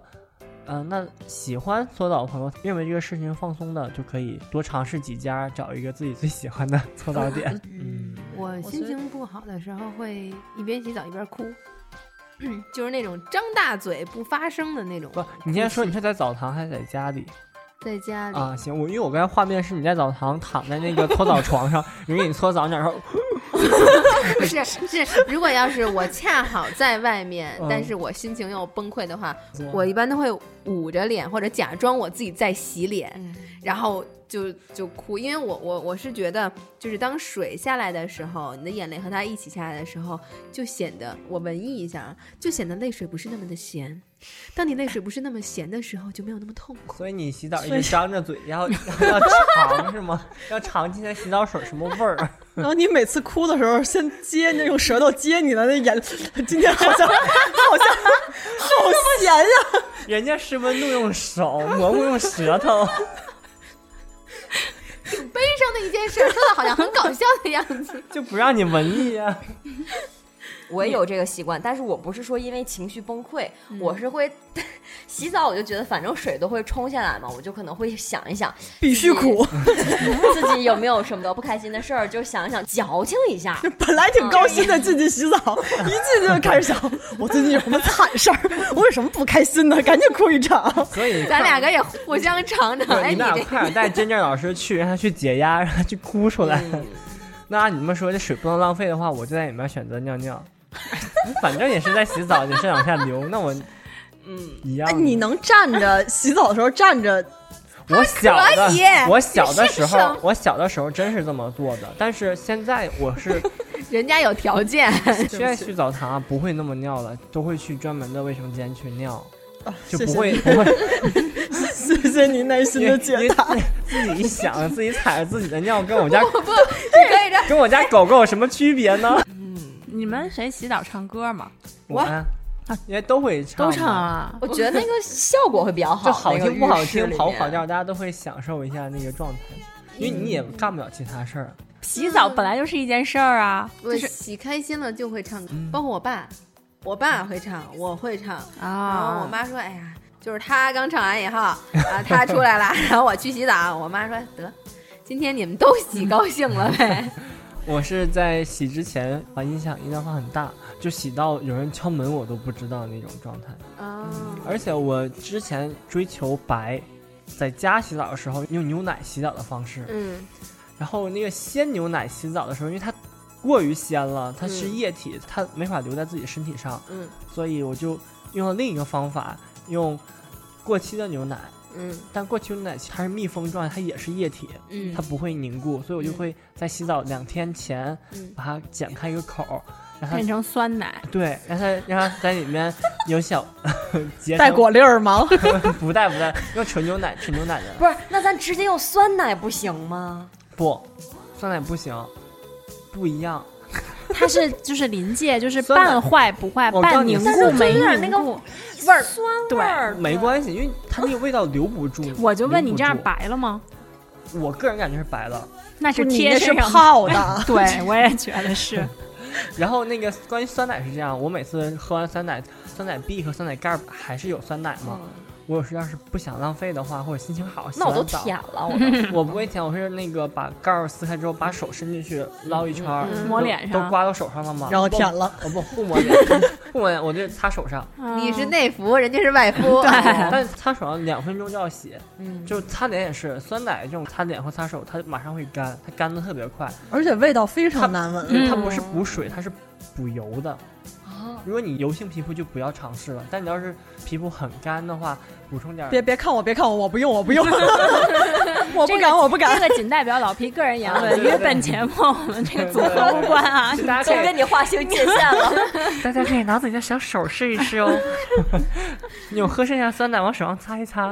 F: 嗯、那喜欢搓澡的朋友认为这个事情放松的，就可以多尝试几家，找一个自己最喜欢的搓澡点。
E: 呃
F: 嗯，
B: 我
G: 我
B: 心
G: 觉得
B: 情不好的时候会一边洗澡一边哭，就是那种张大嘴不发声的那种哭
F: 不
B: 泣。，
F: 你先说你是在澡堂还是在家里？
B: 在家里，
F: 啊，行，我因为我刚才画面是你在澡堂躺在那个搓澡床上，人给你搓澡，你然后
B: 不是是，如果要是我恰好在外面，
F: 嗯
B: 但是我心情又崩溃的话， *laughs* 我一般都会捂着脸或者假装我自己在洗脸，然后就就哭，因为我我我是觉得，就是当水下来的时候，你的眼泪和它一起下来的时候，就显得我文艺一下，啊，就显得泪水不是那么的咸。当你泪水不是那么咸的时候，就没有那么痛苦。
F: 所以你洗澡一直张着嘴，然后 *laughs* 然后要尝是吗？要尝今天洗澡水什么味儿？
G: 然后你每次哭的时候，先接，那用舌头接你的那眼，今天好像 *laughs* 好像好咸啊呀、
F: 人家是温度用手，蘑菇用舌头。
B: 悲伤的一件事，说的好像很搞笑的样子。
F: 就不让你文艺啊！
C: 我也有这个习惯，但是我不是说因为情绪崩溃，
F: 嗯
C: 我是会洗澡，我就觉得反正水都会冲下来嘛，我就可能会想一想 *laughs*
G: 必须哭，
C: 自己有没有什么不开心的事儿，就想一想矫情
F: *laughs*
C: 一下。
G: 本来挺高兴的进去洗澡，一进去就开始想，我最近有什么惨事儿，我有什么不开心的，赶紧哭一场。
F: 所以
B: 咱俩个也互相尝 *laughs* 尝。
F: 对
B: 哎，你
F: 你们
B: 这
F: 俩快点带真正老师去，让他去解压，让他去哭出来。 *laughs* 那按你们说这水不能浪费的话，我就在里面选择尿尿。反正也是在洗澡，也是往下流，那我嗯一样
G: 哎，
F: 的。
G: 你能站着洗澡的时候站着，
F: 我小的
B: 可以，
F: 我小的时
B: 这是什
F: 候
B: 么，
F: 我小的时候真是这么做的，但是现在我是
B: 人家有条 *laughs* 件，
F: 现在去澡堂、啊不会那么尿了，都会去专门的卫生间去尿，就
G: 啊谢
F: 不
G: 谢
F: 会不会
G: *laughs* 谢谢您耐心
F: 因
G: 的
F: 为
G: 解答。
F: 因为自己一想，自己踩着自己的尿，跟我家
B: 不不，你可以让
F: 跟我家狗狗有什么区别呢？
E: 你们谁洗澡唱歌吗？
F: 我啊，因为都会唱，
E: 都唱。啊！
C: 我觉得那个效果会比较好，
F: 就好
C: 那个
F: 听不好
C: 浴室
F: 听，
C: 里
F: 跑不
C: 面
F: 跑调，大家都会享受一下那个状态，因为你也干不了其他事儿。
E: 洗澡本来就是一件事儿啊，
F: 嗯
B: 我
E: 就是
B: 洗开心了就会唱歌，包括我爸，我爸会唱，我会唱。然后我
E: 啊，
B: 妈说：“哎呀，就是他刚唱完以后啊，他出来了， *laughs* 然后我去洗澡。”我妈说：“得，今天你们都洗高兴了呗。
F: 我是在洗之前把音响音量放很大，就洗到有人敲门我都不知道那种状态。”
B: 哦，
F: 而且我之前追求白，在家洗澡的时候用牛奶洗澡的方式，
B: 嗯，
F: 然后那个鲜牛奶洗澡的时候，因为它过于鲜了，它是液体，它没法留在自己身体上，
B: 嗯，
F: 所以我就用了另一个方法，用过期的牛奶。
B: 嗯
F: 但过期牛奶它是密封状态，它也是液体，
B: 嗯
F: 它不会凝固，所以我就会在洗澡两天前
B: 嗯
F: 把它剪开一个口儿，让它
E: 变成酸奶，
F: 对，让它让它在里面有小 *laughs* 结
G: 带
F: 成
G: 果粒儿
E: *laughs*
G: 吗？
F: 不带不带，用纯牛奶，纯牛奶的
C: 不是，那咱直接用酸奶不行吗？
F: 不，酸奶不行，不一样。
E: 它是就是临界，就是
F: 酸的
E: 半坏不坏，
F: 我告诉
E: 半
F: 你
E: 凝
F: 但是
E: 固
F: 就
E: 没
C: 有点
E: 凝
C: 那个
E: 固。
C: 味儿酸味儿，
F: 没关系，因为它那个味道留不住。
E: *laughs* 我就问你这样
F: 留不
E: 白了吗？
F: 住，我个人感觉是白了。
E: 那是
G: 你
E: 贴
G: 那是
E: 身上，
G: 泡的
E: *laughs* 对，我也觉得 *laughs* 是。
F: 然后那个关于酸奶是这样，我每次喝完酸奶，酸奶碧和酸奶盖儿还是有酸奶嘛。
E: 嗯
F: 我有时要是不想浪费的话，或者心情好，洗
C: 嗯那我
F: 完
C: 都
F: 澡
C: 舔了，
E: *laughs*
C: 我都
F: 我不会舔，我是那个把盖儿撕开之后，把手伸进去捞一圈儿，
E: 嗯
F: 都
E: 抹脸上
F: 都刮到手上了嘛。
G: 然后
F: 不
G: 舔，了。
F: 我不不抹脸， *laughs* 不抹脸，我就擦手上。
B: 你
E: 嗯
B: 是内服，人家是外敷， *laughs*
E: 哎
F: 但擦手上两分钟就要洗，
E: 嗯
F: 就擦脸也是，酸奶这种擦脸或擦手，它马上会干，它干的特别快，
G: *laughs* 而且味道非
F: 它
G: 常难闻。
E: 嗯
F: 它不是补水，它是补油的。
G: 哦
F: 如果你油性皮肤就不要尝试了，但你要是皮肤很干的话，补充点儿
G: 别别看我，别看我，我不用，我不 *laughs* 用，我不敢，我不敢。
E: 这个仅代表老皮个人
G: *laughs*
E: 言
F: 啊对
E: 论，
F: 对对
E: 与本节目我们这个组合无关啊。
F: 大
C: 就
F: 家可
C: 跟
F: 以
C: 你划清界限
E: *laughs*
C: 了。
F: 大家可以拿自己的小手试一试 *laughs* 哦。你有喝剩下酸奶往手上擦一擦，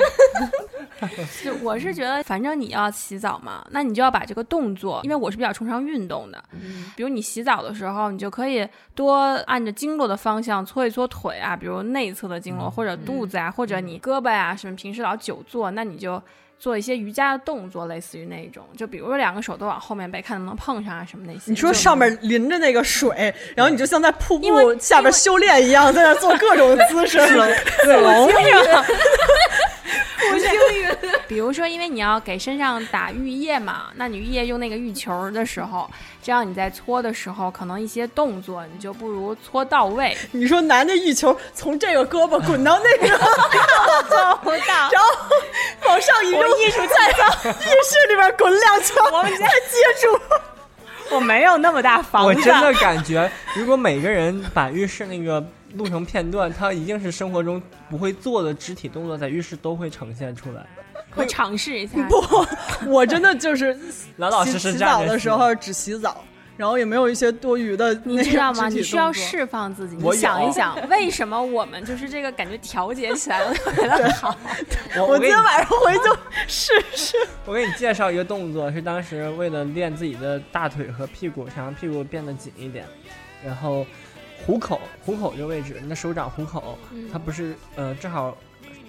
E: 就我是觉得，反正你要洗澡嘛，那你就要把这个动作，因为我是比较崇尚运动的，比如你洗澡的时候，你就可以多按着经络的方向搓一搓腿啊，比如内侧的经络或者
G: 嗯
E: 肚子啊，或者你胳膊啊什么，平时老久坐，那你就。做一些瑜伽的动作，类似于那一种，就比如说两个手都往后面背，看能不能碰上啊什么那些。
G: 你说
E: 就
G: 上面淋着那个水，然后你就像在瀑
E: 因为
G: 布下边修炼一样，在那做各种姿势。对龙，
E: 比如说，因为你要给身上打浴液嘛，那你浴液用那个浴球的时候，这样你在搓的时候，可能一些动作你就不如搓到 *laughs* 位。
G: 你说男的一球从这个胳膊滚到那个， *laughs*
E: 做不到，
G: 然后往上一扔，艺术再 *laughs* 造，浴室里边滚两圈，我们再接 *laughs* 住。
E: 我没有那么大房
F: *laughs* 我真的感觉，如果每个人把浴室那个录成片段，它一定是生活中不会做的肢体动作，在浴室都会呈现出来，
E: 我尝试一下。
G: 不，我真的就是
F: 老老
G: 洗
F: 实实
G: 洗
F: 站
G: 澡
F: 着
G: 的
F: 洗
G: 时候只洗澡，然后也没有一些多余的那
E: 你
G: 个
E: 知道吗？
G: 肢体
E: 你需要
G: 动作
E: 释放自己。你
F: 我有
E: 想一想，为什么我们就是这个感觉调节起 *laughs* 来了特别的好？
F: 我
G: 我
F: 给
G: 今
F: 你
G: 天晚上回去就试试。
F: 我给你介绍一个动作，是当时为了练自己的大腿和屁股，想让屁股变得紧一点，然后虎口，虎口这个位置，你的手掌虎口，
B: 嗯
F: 它不是呃正好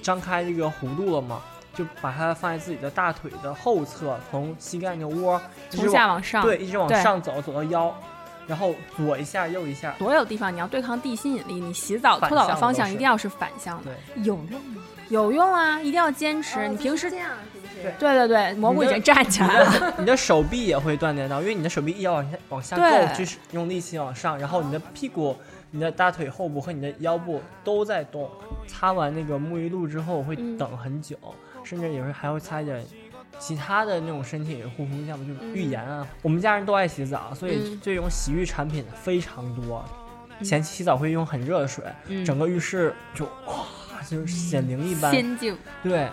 F: 张开这个弧度了吗？就把它放在自己的大腿的后侧，从膝盖那窝一直
E: 从下往上，
F: 对，一直往
E: 对
F: 上走，走到腰，然后左一下右一下，
E: 所有地方你要对抗地心引力。你洗澡
F: 反
E: 搓澡的
F: 向
E: 方
F: 都
E: 向
F: 是
E: 一定要是反向的，
F: 对，
C: 有用吗？
E: 有用啊！一定要坚持。你平时
B: 这样是不是？
E: 对对对，蘑菇已
F: 你的
E: 经站起来了。
F: *laughs* 你的手臂也会锻炼到，因为你的手臂一要往下往下
E: 对
F: 够，就是用力气往上，然后你的屁股、你的大腿后部和你的腰部都在动。擦完那个沐浴露之后，我会
E: 嗯
F: 等很久，甚至有时候还会擦一点其他的那种身体护肤项目，就是浴盐啊。我们家人都爱洗澡，所以
B: 嗯
F: 这种洗浴产品非常多。前期洗澡会用很热的水，整个浴室就哇，就是显灵一
E: *laughs*
F: 般。
B: 仙境，
F: 对，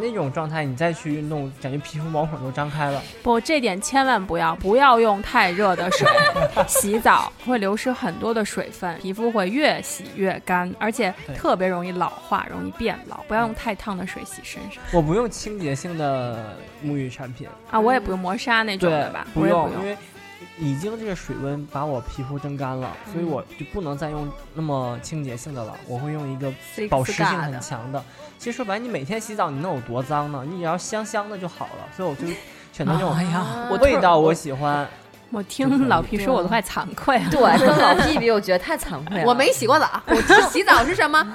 F: 那种状态你再去运动，感觉皮肤毛孔都张开了。
E: 不，这点千万不要，不要用太热的水洗澡，会流失很多的水分，皮肤会越洗越干，而且
F: 对
E: 特别容易老化，容易变老。不要用太烫的水洗身上
F: *laughs* 我不用清洁性的沐浴产品，
E: 啊！我也不用磨砂那种的吧，
F: 嗯不
E: 我也
F: 用，
E: 不
F: 因
E: 用。
F: 为已经这个水温把我皮肤蒸干了，所以我就不能再用那么清洁性的了，我会用一个保湿性很强的。其实说白了，你每天洗澡，你能有多脏呢？你只要香香的就好了，所以我就选择这种
E: *laughs* 哎呀，
B: 我
F: 味道我喜欢。
E: 我听老皮说我都快惭愧了。
C: 对，跟老屁比，我觉得太惭愧了。
B: 我没洗过澡，我知道洗澡是什么？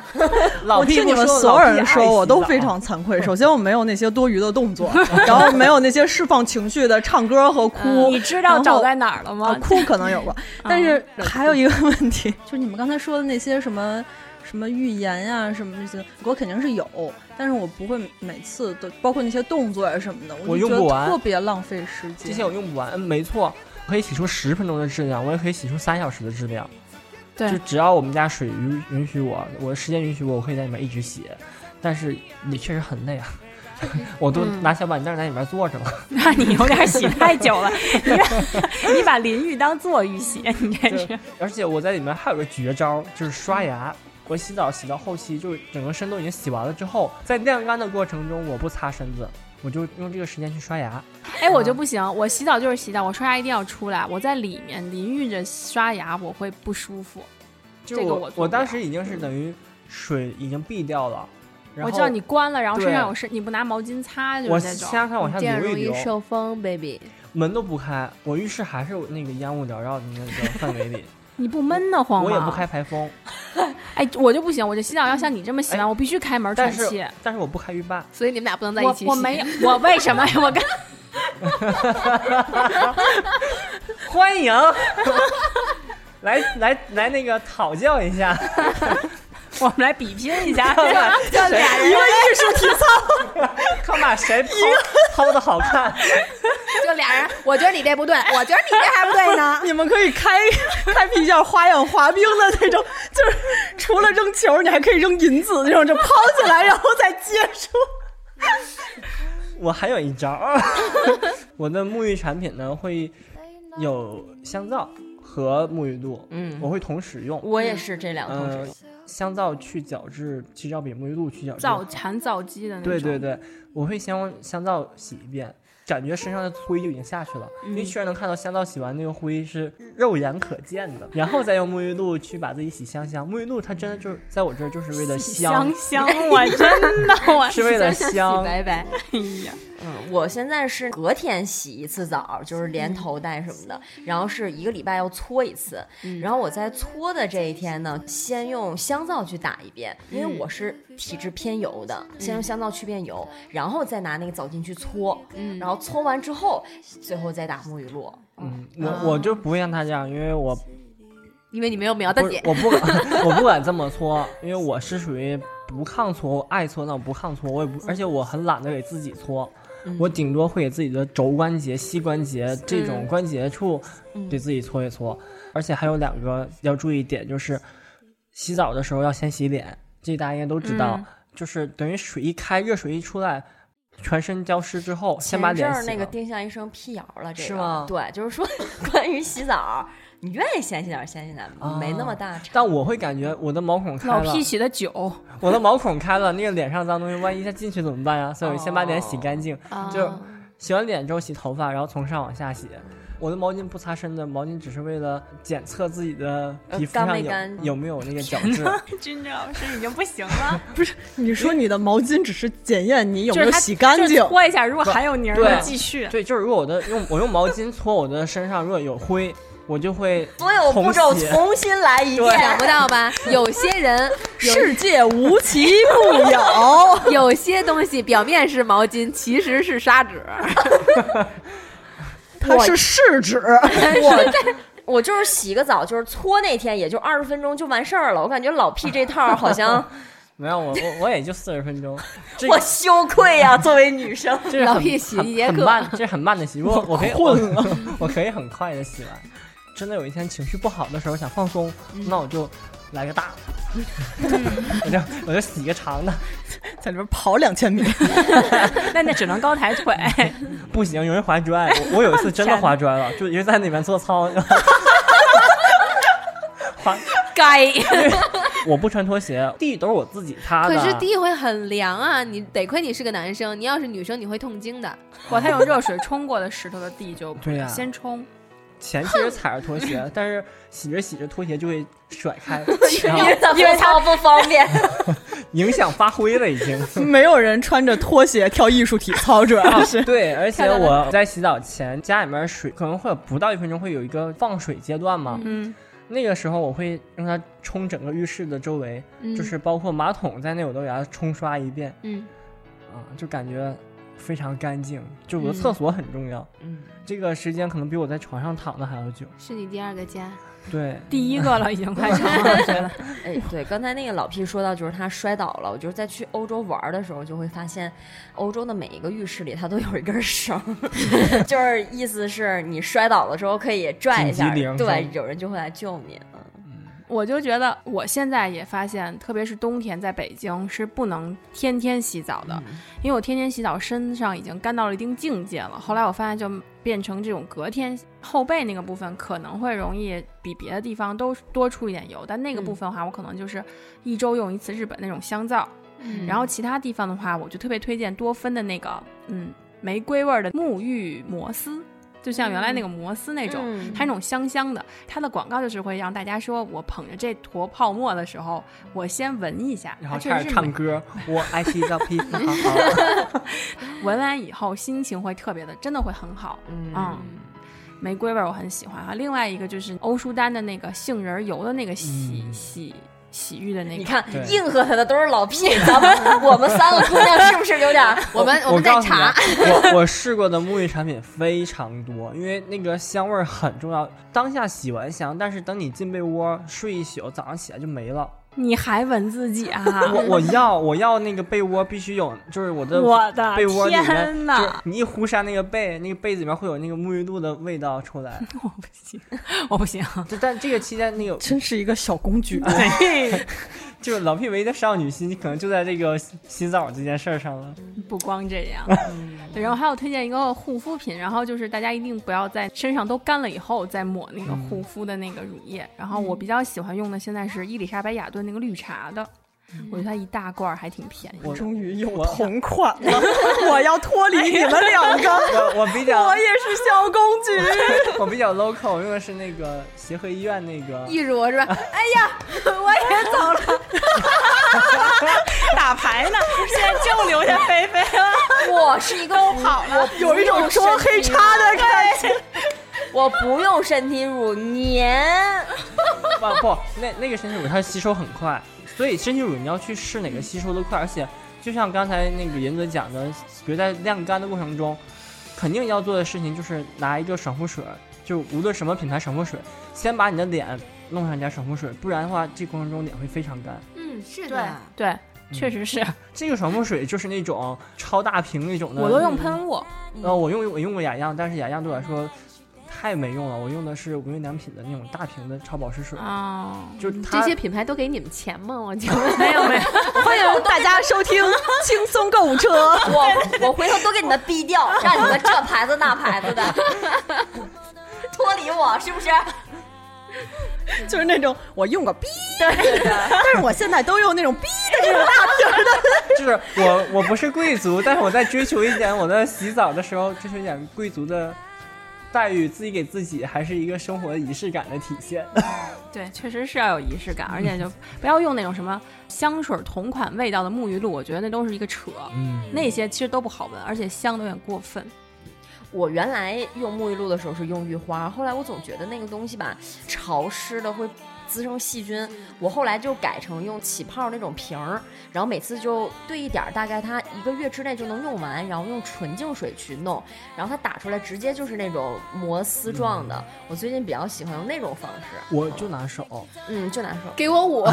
F: 老
G: 我
F: 屁
G: 听
F: 股
G: 你们
F: 说
G: 所有
F: 老
G: 人
F: 屁爱
G: 说，我
F: 洗
G: 都
F: 澡
G: 非常惭
F: *laughs*
G: 愧。首先，我没有那些多余的动作，然后没有那些释放情绪的唱歌和哭。
E: 嗯你知道找在哪儿了
G: 啊，
E: 吗？
G: 哭可能有过，
E: 嗯
G: 但是还有一个问题，就是你们刚才说的那些什么什么预言呀、什么这些，我肯定是有，但是我不会每次都，包括那些动作呀什么的，
F: 我
G: 就
F: 用
G: 觉
F: 不
G: 得
F: 完
G: 特别浪费时间。
F: 这些我用不完，嗯，没错，可以洗出十分钟的质量，我也可以洗出三小时的质量。
E: 对
F: 就只要我们家水允允许我，我的时间允许我，我可以在里面一直洗。但是也确实很累啊，我都
E: 嗯
F: 拿小板凳在里面坐着了。
E: *laughs* 那你有点洗太久
F: *laughs*
E: 了，你把 *laughs* 你把淋浴当坐浴洗，你这
F: 嗯对
E: 是
F: 而且我在里面还有个绝招，就是刷牙。我洗澡洗到后期，就是整个身都已经洗完了之后，在晾干的过程中，我不擦身子，我就用这个时间去刷牙。嗯
E: 哎，我就不行，我洗澡就是洗澡，我刷牙一定要出来，我在里面淋浴着刷牙，我会不舒服。
F: 就
E: 这个
F: 我、
E: 我做
F: 我
E: 不
F: 当
E: 了
F: 时已经是等于水已经避掉了，然后
E: 我知道你关了，然后身上
F: 对
E: 有湿，你不拿毛巾擦就
F: 我
E: 是这种。
F: 先看往下
B: 这样
F: 流
B: 容
F: 一
B: 易
F: 流，
B: 受风，baby。
F: 门都不开，我浴室还是那个烟雾缭绕的那个
E: *laughs*
F: 范围里，
E: 你不闷得慌吗？
F: 我也不开。排风，
E: 哎，我就不行，我就洗澡要像你这么洗完，我必须开门
F: 嗯哎但
E: 喘
F: 是
E: 气。
F: 但是我不开浴霸， *laughs*
B: 所以你们俩不能在一
E: 我
B: 起洗。
E: 我 *laughs* 没有，我为什么呀？我刚
F: 欢迎，来来来那个讨教一
E: *laughs*
F: 下，
E: 我们来比拼一
F: *laughs*
E: 下，
F: 看谁一个艺术体操， *laughs* 看
E: *laughs*
F: 把谁抛抛的好看，
B: 就俩人，我觉得你这不对，我觉得你这还不对呢。
G: 你们可以开开辟一下花样滑冰的那种，就是除了扔球，你还可以扔银子那种，就抛起来然后再接住。
F: 我还有一招儿， *laughs* 我的沐浴产品呢会有香皂和沐浴露，
C: 嗯
F: 我会同时用。
C: 我也是这两个同时
F: 呃，香皂去角质，去皂比沐浴露去角质。
E: 早含早肌的那种。
F: 对对对，我会先用香皂洗一遍，感觉身上的灰就已经下去了，
C: 嗯
F: 因为居然能看到香皂洗完那个灰是肉眼可见
C: *laughs*
F: 的，然后再用沐浴露去把自己洗香香。沐浴露它真的就是在我这儿就是为了
E: 香香，我真的
F: *laughs*
E: 我
F: 是为了香
B: 拜拜。
E: 哎呀，
C: 嗯，我现在是隔天洗一次澡，就是
B: 嗯
C: 连头带什么的，然后是一个礼拜要搓一次。
E: 嗯
C: 然后我在搓的这一天呢，先用香皂去打一遍，因
E: 嗯
C: 为我是体质偏油的，先用香皂去变油，然后再拿那个澡巾去搓，
B: 嗯
C: 然后搓完之后，最后再打沐浴露。
F: 嗯，我我就不会像他这样，因为我
B: 因为你没有苗大
F: 不是
B: 姐，
F: 我不敢，我不敢这么搓，因为我是属于不抗搓，我爱搓但我不抗搓，我也不，而且我很懒得给自己搓，
C: 嗯
F: 我顶多会给自己的肘关节、膝关节这种关节处
C: 嗯
F: 给自己搓一搓。而且还有两个要注意点，就是洗澡的时候要先洗脸，这大家应该都知道，
C: 嗯
F: 就是等于水一开，热水一出来，全身浇湿之后，先把
C: 前阵
F: 脸
C: 儿
F: 洗
C: 那个
F: 了。
C: 丁香医生辟谣了，这个
F: 是吗
C: 对，就是说 *laughs* 关于洗澡，你愿意先洗澡先洗澡，没
F: 啊
C: 那么大差。
F: 但我会感觉我的毛孔开
E: 老
F: 了，
E: 屁洗的酒，
C: *laughs*
F: 我的毛孔开了，那个脸上脏东西，万一它进去怎么办呀？所以我先把脸洗干净，
C: 哦
B: 哦
F: 就洗完脸之后洗头发，然后从上往下洗。我的毛巾不擦身的，毛巾只是为了检测自己的皮肤
C: 呃
F: 上
C: 干没
F: 有
C: 干
F: 有没有那个角
C: *laughs*
F: 质。
E: *laughs* 君哲老师已经不行了，
G: *laughs* 不是，你说你的毛巾只是检验你有
E: 就
G: 没
E: 是
G: 有
E: 他
G: 洗干
E: 就是
G: 净，
E: 搓一下，如果还有泥儿，
F: 对
E: 就继续。
F: 对，就是如果我的用我用毛巾搓我的身上，如果有灰，我就会
C: 所有步骤
F: 重洗
C: 重新来一遍，
B: 想不到吧？有些人
G: 世界无奇不有。
B: *laughs* 有些东西表面是毛巾，其实是砂 *laughs* 纸。
G: 它是试纸，
F: *laughs*
C: 我 *laughs* 我就是洗个澡，就是搓那天也就二十分钟就完事儿了。我感觉老屁这套儿
F: *laughs*
C: 好像
F: 没有我我我也就四十分钟，这
C: 我羞愧呀、作为女
F: *laughs*
C: 生。
F: 这是
B: 老
F: 很
B: 屁洗
F: 很
B: 一节
F: 很
B: 课
F: 慢，这是很慢的洗。我我可以混了，我可以很快的洗完。真的有一天情绪不好的时候想放松，
B: 嗯
F: 那我就来个大的， *laughs* 我就我就洗个长的。
G: 在里边跑两千米，
E: 那那只能高抬
G: *laughs*
E: 腿，
F: 不行，有人滑砖，我我有一次真的滑砖了，就因为在那边做操。 *laughs* 滑，
B: *laughs* 该，
F: *laughs* 我不穿拖鞋，地都是我自己擦的。
B: 可是第一回很凉啊！你得亏你是个男生，你要是女生你会痛经的。
E: 我他用热水冲过的石头的地就不
F: 对呀
E: 先冲。
F: 前期是踩着拖鞋，但是洗着洗着拖鞋就会甩
B: *laughs*
F: 开，然
C: 因
F: 后
C: 为咱们操不方
F: *laughs*
C: 便， *laughs*
F: 影响发挥了已经。
G: *laughs* 没有人穿着拖鞋跳艺术体操，主要是。
F: 对，而且我在洗澡前，家里面水可能会有不到一分钟会有一个放水阶段嘛，
E: 嗯，
F: 那个时候我会让它冲整个浴室的周围，
B: 嗯
F: 就是包括马桶在内，我都给它冲刷一遍
B: 嗯，
F: 啊，就感觉非常干净。就我的厕所很重要，
C: 嗯，
F: 这个时间可能比我在床上躺的还要久。
B: 是你第二个家。
F: 对，
E: 第一个了，已经快成了，我觉
G: *laughs*
E: 得。
C: 哎，对，刚才那个老屁说到，就是他摔倒了。我就是在去欧洲玩儿的时候，就会发现，欧洲的每一个浴室里，它都有一根绳 *laughs* 儿，就是意思是你摔倒了之后可以拽一下
F: 紧急铃
C: 儿，
F: 声
C: 对，有人就会来救你。嗯
E: 我就觉得我现在也发现，特别是冬天在北京是不能天天洗澡的，因为我天天洗澡，身上已经干到了一定境界了。后来我发现，就变成这种隔天后背那个部分可能会容易比别的地方都多出一点油，但那个部分的话，我可能就是一周用一次日本那种香皂。
B: 嗯
F: 嗯
E: 然后其他地方的话，我就特别推荐多芬的那个，嗯，玫瑰味儿的沐浴摩丝，就像原来那个摩丝那种，
C: 嗯
E: 它那种香香的。它的广告就是会让大家说，我捧着这坨泡沫的时候，我先闻一下，
F: 然
E: 它
F: 后
E: 确
F: 开
E: 实
F: 始
E: 是
F: 唱
E: 美 *laughs*
F: 歌，我爱洗澡皮肤好好。
E: 闻完以后心情会特别的，真的会很好。嗯，玫瑰味儿我很喜欢啊。另外一个就是欧舒丹的那个杏仁油的那个洗、
F: 嗯
E: 洗洗浴的那个，
C: 你看
F: 对
C: 应和他的都是老屁，咱们我们三个姑娘是不是有点儿？
B: *laughs* 我们
F: 我
B: 们在
F: 告诉你
B: 查
F: 啊，我我试过的沐浴产品非常多，因为那个香味儿很重要。当下洗完香，但是等你进被窝睡一宿，早上起来就没了。
E: 你还闻自己啊？
F: *laughs* 我我要我要那个被窝必须有，就是我的
E: 我的
F: 被窝里面，
E: 天
F: 就
E: 哪
F: 是你一呼扇那个被，那个被子里面会有那个沐浴露的味道出来。
E: 我不行，我不行。
F: 就但这个期间，那个
G: *laughs* 真是一个小公 *laughs* 举。哎
F: 就是老屁唯一的少女心，可能就在这个洗洗澡这件事儿上了。
E: 不光这
F: *laughs*
E: 样，对，然后还有推荐一个护肤品，然后就是大家一定不要在身上都干了以后再抹那个
F: 嗯
E: 护肤的那个乳液。然后我比较喜欢用的现在是伊丽莎白雅顿那个绿茶的，
F: 嗯
E: 我觉得它一大罐儿还挺便宜。
F: 我
G: 终于有
F: 我
G: 同款了，我要脱离你们两 *laughs* 个，
F: 我我比较
G: 我也是小公举。
F: *laughs* 我比较 local，我用的是那个协和医院那个
B: 易如是吧？哎呀，
E: 打牌呢，现在就留下菲菲了。
C: 我是一个都跑了，有一种
G: 说黑叉的感觉，
C: 我不用身体乳粘，
F: *laughs* 不不，那那个身体乳它吸收很快，所以身体乳你要去试哪个吸收的快，而且就像刚才那个严哥讲的，比如在晾干的过程中，肯定要做的事情就是拿一个爽肤水，就无论什么品牌爽肤水，先把你的脸弄上一点爽肤水，不然的话这过程中脸会非常干。
B: *laughs* 嗯，是
C: 对
B: 的，
E: 对，确实是，
F: 这个爽肤水就是那种超大瓶那种的，
E: 我都用喷雾，
F: 呃，我用我用过雅漾，但是雅漾对我来说太没用了，我用的是无印良品的那种大瓶的超保湿水，
E: 哦，
F: 就是它
B: 这些品牌都给你们钱吗？我觉 *laughs* 得
E: 没有没有，
G: 欢迎大家收听轻松购物车。 *laughs*
C: 我我回头都给你们逼掉，让你们这牌子那牌子的 *laughs* 脱离我，是不是？
G: 就是那种我用过逼， *laughs* 但是我现在都用那种逼的这种大瓶的。
F: 就是我我不是贵族，但是我在追求一点我在洗澡的时候追求一点贵族的待遇，自己给自己还是一个生活仪式感的体现。
E: 对，确实是要有仪式感，而且就不要用那种什么香水同款味道的沐浴露，我觉得那都是一个扯，
F: 嗯，
E: *laughs* 那些其实都不好闻，而且香的有点过分。
C: 我原来用沐浴露的时候是用浴花，后来我总觉得那个东西吧，潮湿的会滋生细菌，我后来就改成用起泡那种瓶儿，然后每次就兑一点儿，大概它一个月之内就能用完，然后用纯净水去弄，然后它打出来直接就是那种摩丝状的。我最近比较喜欢用那种方式，
F: 我就拿手，
C: 嗯，就拿手，
B: 给我五，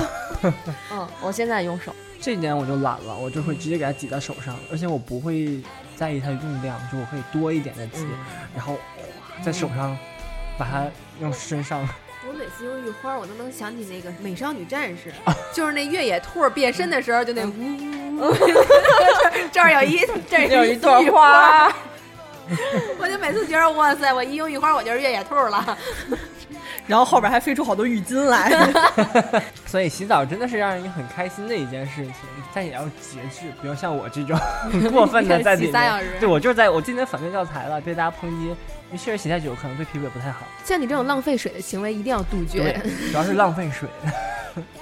C: 嗯，我现在用手，
F: 这点我就懒了，我就会直接给它挤在手上，而且我不会在意它的用量，就我会多一点的挤，然后哗在手上把它用身上。
B: 我每次用浴花，我都能想起那个美少女战士，就是那越野兔变身的时候，就那呜呜呜，这儿有 *laughs* 一这儿啊有一朵花。 *laughs* 我就每次觉得哇塞，我一用浴花我就是越野兔了。
G: 然后后边还飞出好多浴巾 *laughs* 来，
F: 所以洗澡真的是让人很开心的一件事情，但也要节制，不要像我这种过分的在里
B: 洗三小
F: 面。
B: 时
F: 对，我就是在我今天反面教材了，被大家抨击，你确实洗太久可能对皮肤也不太好。
B: 像你这种浪费水的行为一定要杜绝。， *laughs*
F: 主要是浪费水。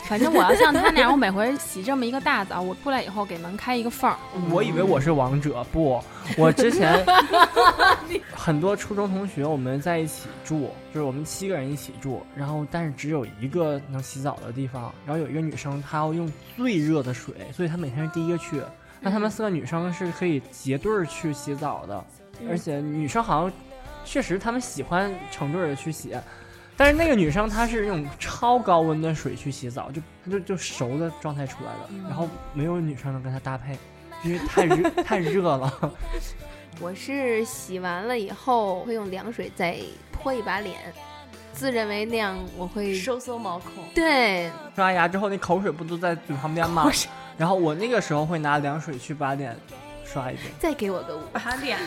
E: 反正我要像他那样，我每回洗这么一个大澡，我出来以后给门开一个缝儿。
F: 我以为我是王者，不，我之前很多初中同学我们在一起住，就是我们七个人一起住，然后但是只有一个能洗澡的地方，然后有一个女生她要用最热的水，所以她每天是第一个去。那她们四个女生是可以结对儿去洗澡的，而且女生好像确实她们喜欢成对儿的去洗。但是那个女生她是用超高温的水去洗澡，就就就熟的状态出来的，然后没有女生能跟她搭配，因为太热 *laughs* 太热了。
B: 我是洗完了以后会用凉水再泼一把脸，自认为那样我会
C: 收缩毛孔。
B: 对，
F: 刷牙之后那口水不都在嘴旁边吗？然后我那个时候会拿凉水去把脸
E: *laughs*
F: 刷一遍
B: 再给我个五。
E: 把脸，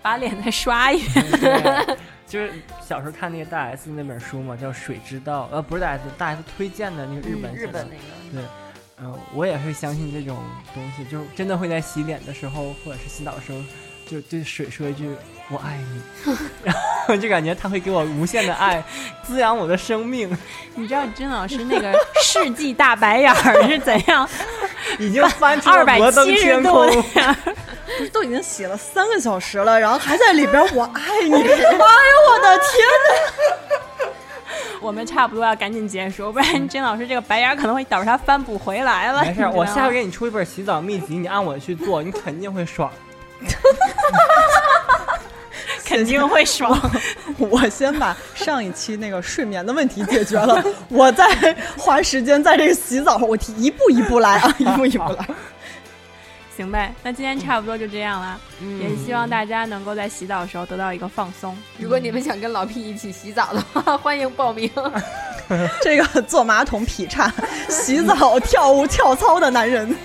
E: 把脸再刷一遍。
F: 对就是小时候看那个大
E: 嗯
F: S 那本书嘛，叫《水之道》，呃，不是大 S，大 S 推荐的那个日本写
C: 日
F: 的
C: 本那个，
F: 对，嗯、我也是相信这种东西，就是真的会在洗脸的时候或者是洗澡的时候，就对水说一句“我爱
E: *laughs*
F: 你”，然后就感觉它会给我无限的爱，滋养我的生命，
E: 你知道甄老师那个世纪大白眼儿是怎样？
F: 已经翻
E: *laughs*
F: 出
E: 二
F: 了
E: 百
F: 摩登
E: 七十
F: 天
E: 度
F: 空。
E: 那样儿，
G: 不是都已经洗了三个小时了，然后还在里边儿我爱 *laughs* 你，妈呀，我的天哪！
E: 我们差不多要赶紧结束，不然甄老师这个白眼儿可能会导致他翻不回来了。
F: 没
E: 你
F: 事
E: 知
F: 儿，
E: 道
F: 我下
E: 吗
F: 回
E: *laughs*
F: 给你出一本洗澡秘籍，你按我去做，你肯定会爽。
E: 肯定会爽。
G: *laughs* 我先把上一期那个睡眠的问题解决了， *laughs* 我再花时间在这个洗澡，我提一步一步来啊，一步一步来。
E: *laughs* 行呗，那今天差不多就这样啦。也希望大家能够在洗澡的时候得到一个放松。
B: 如果你们想跟老 P 一起洗澡的话，欢迎报名。
G: 这个坐马桶劈叉、洗澡、跳舞、跳操的男人。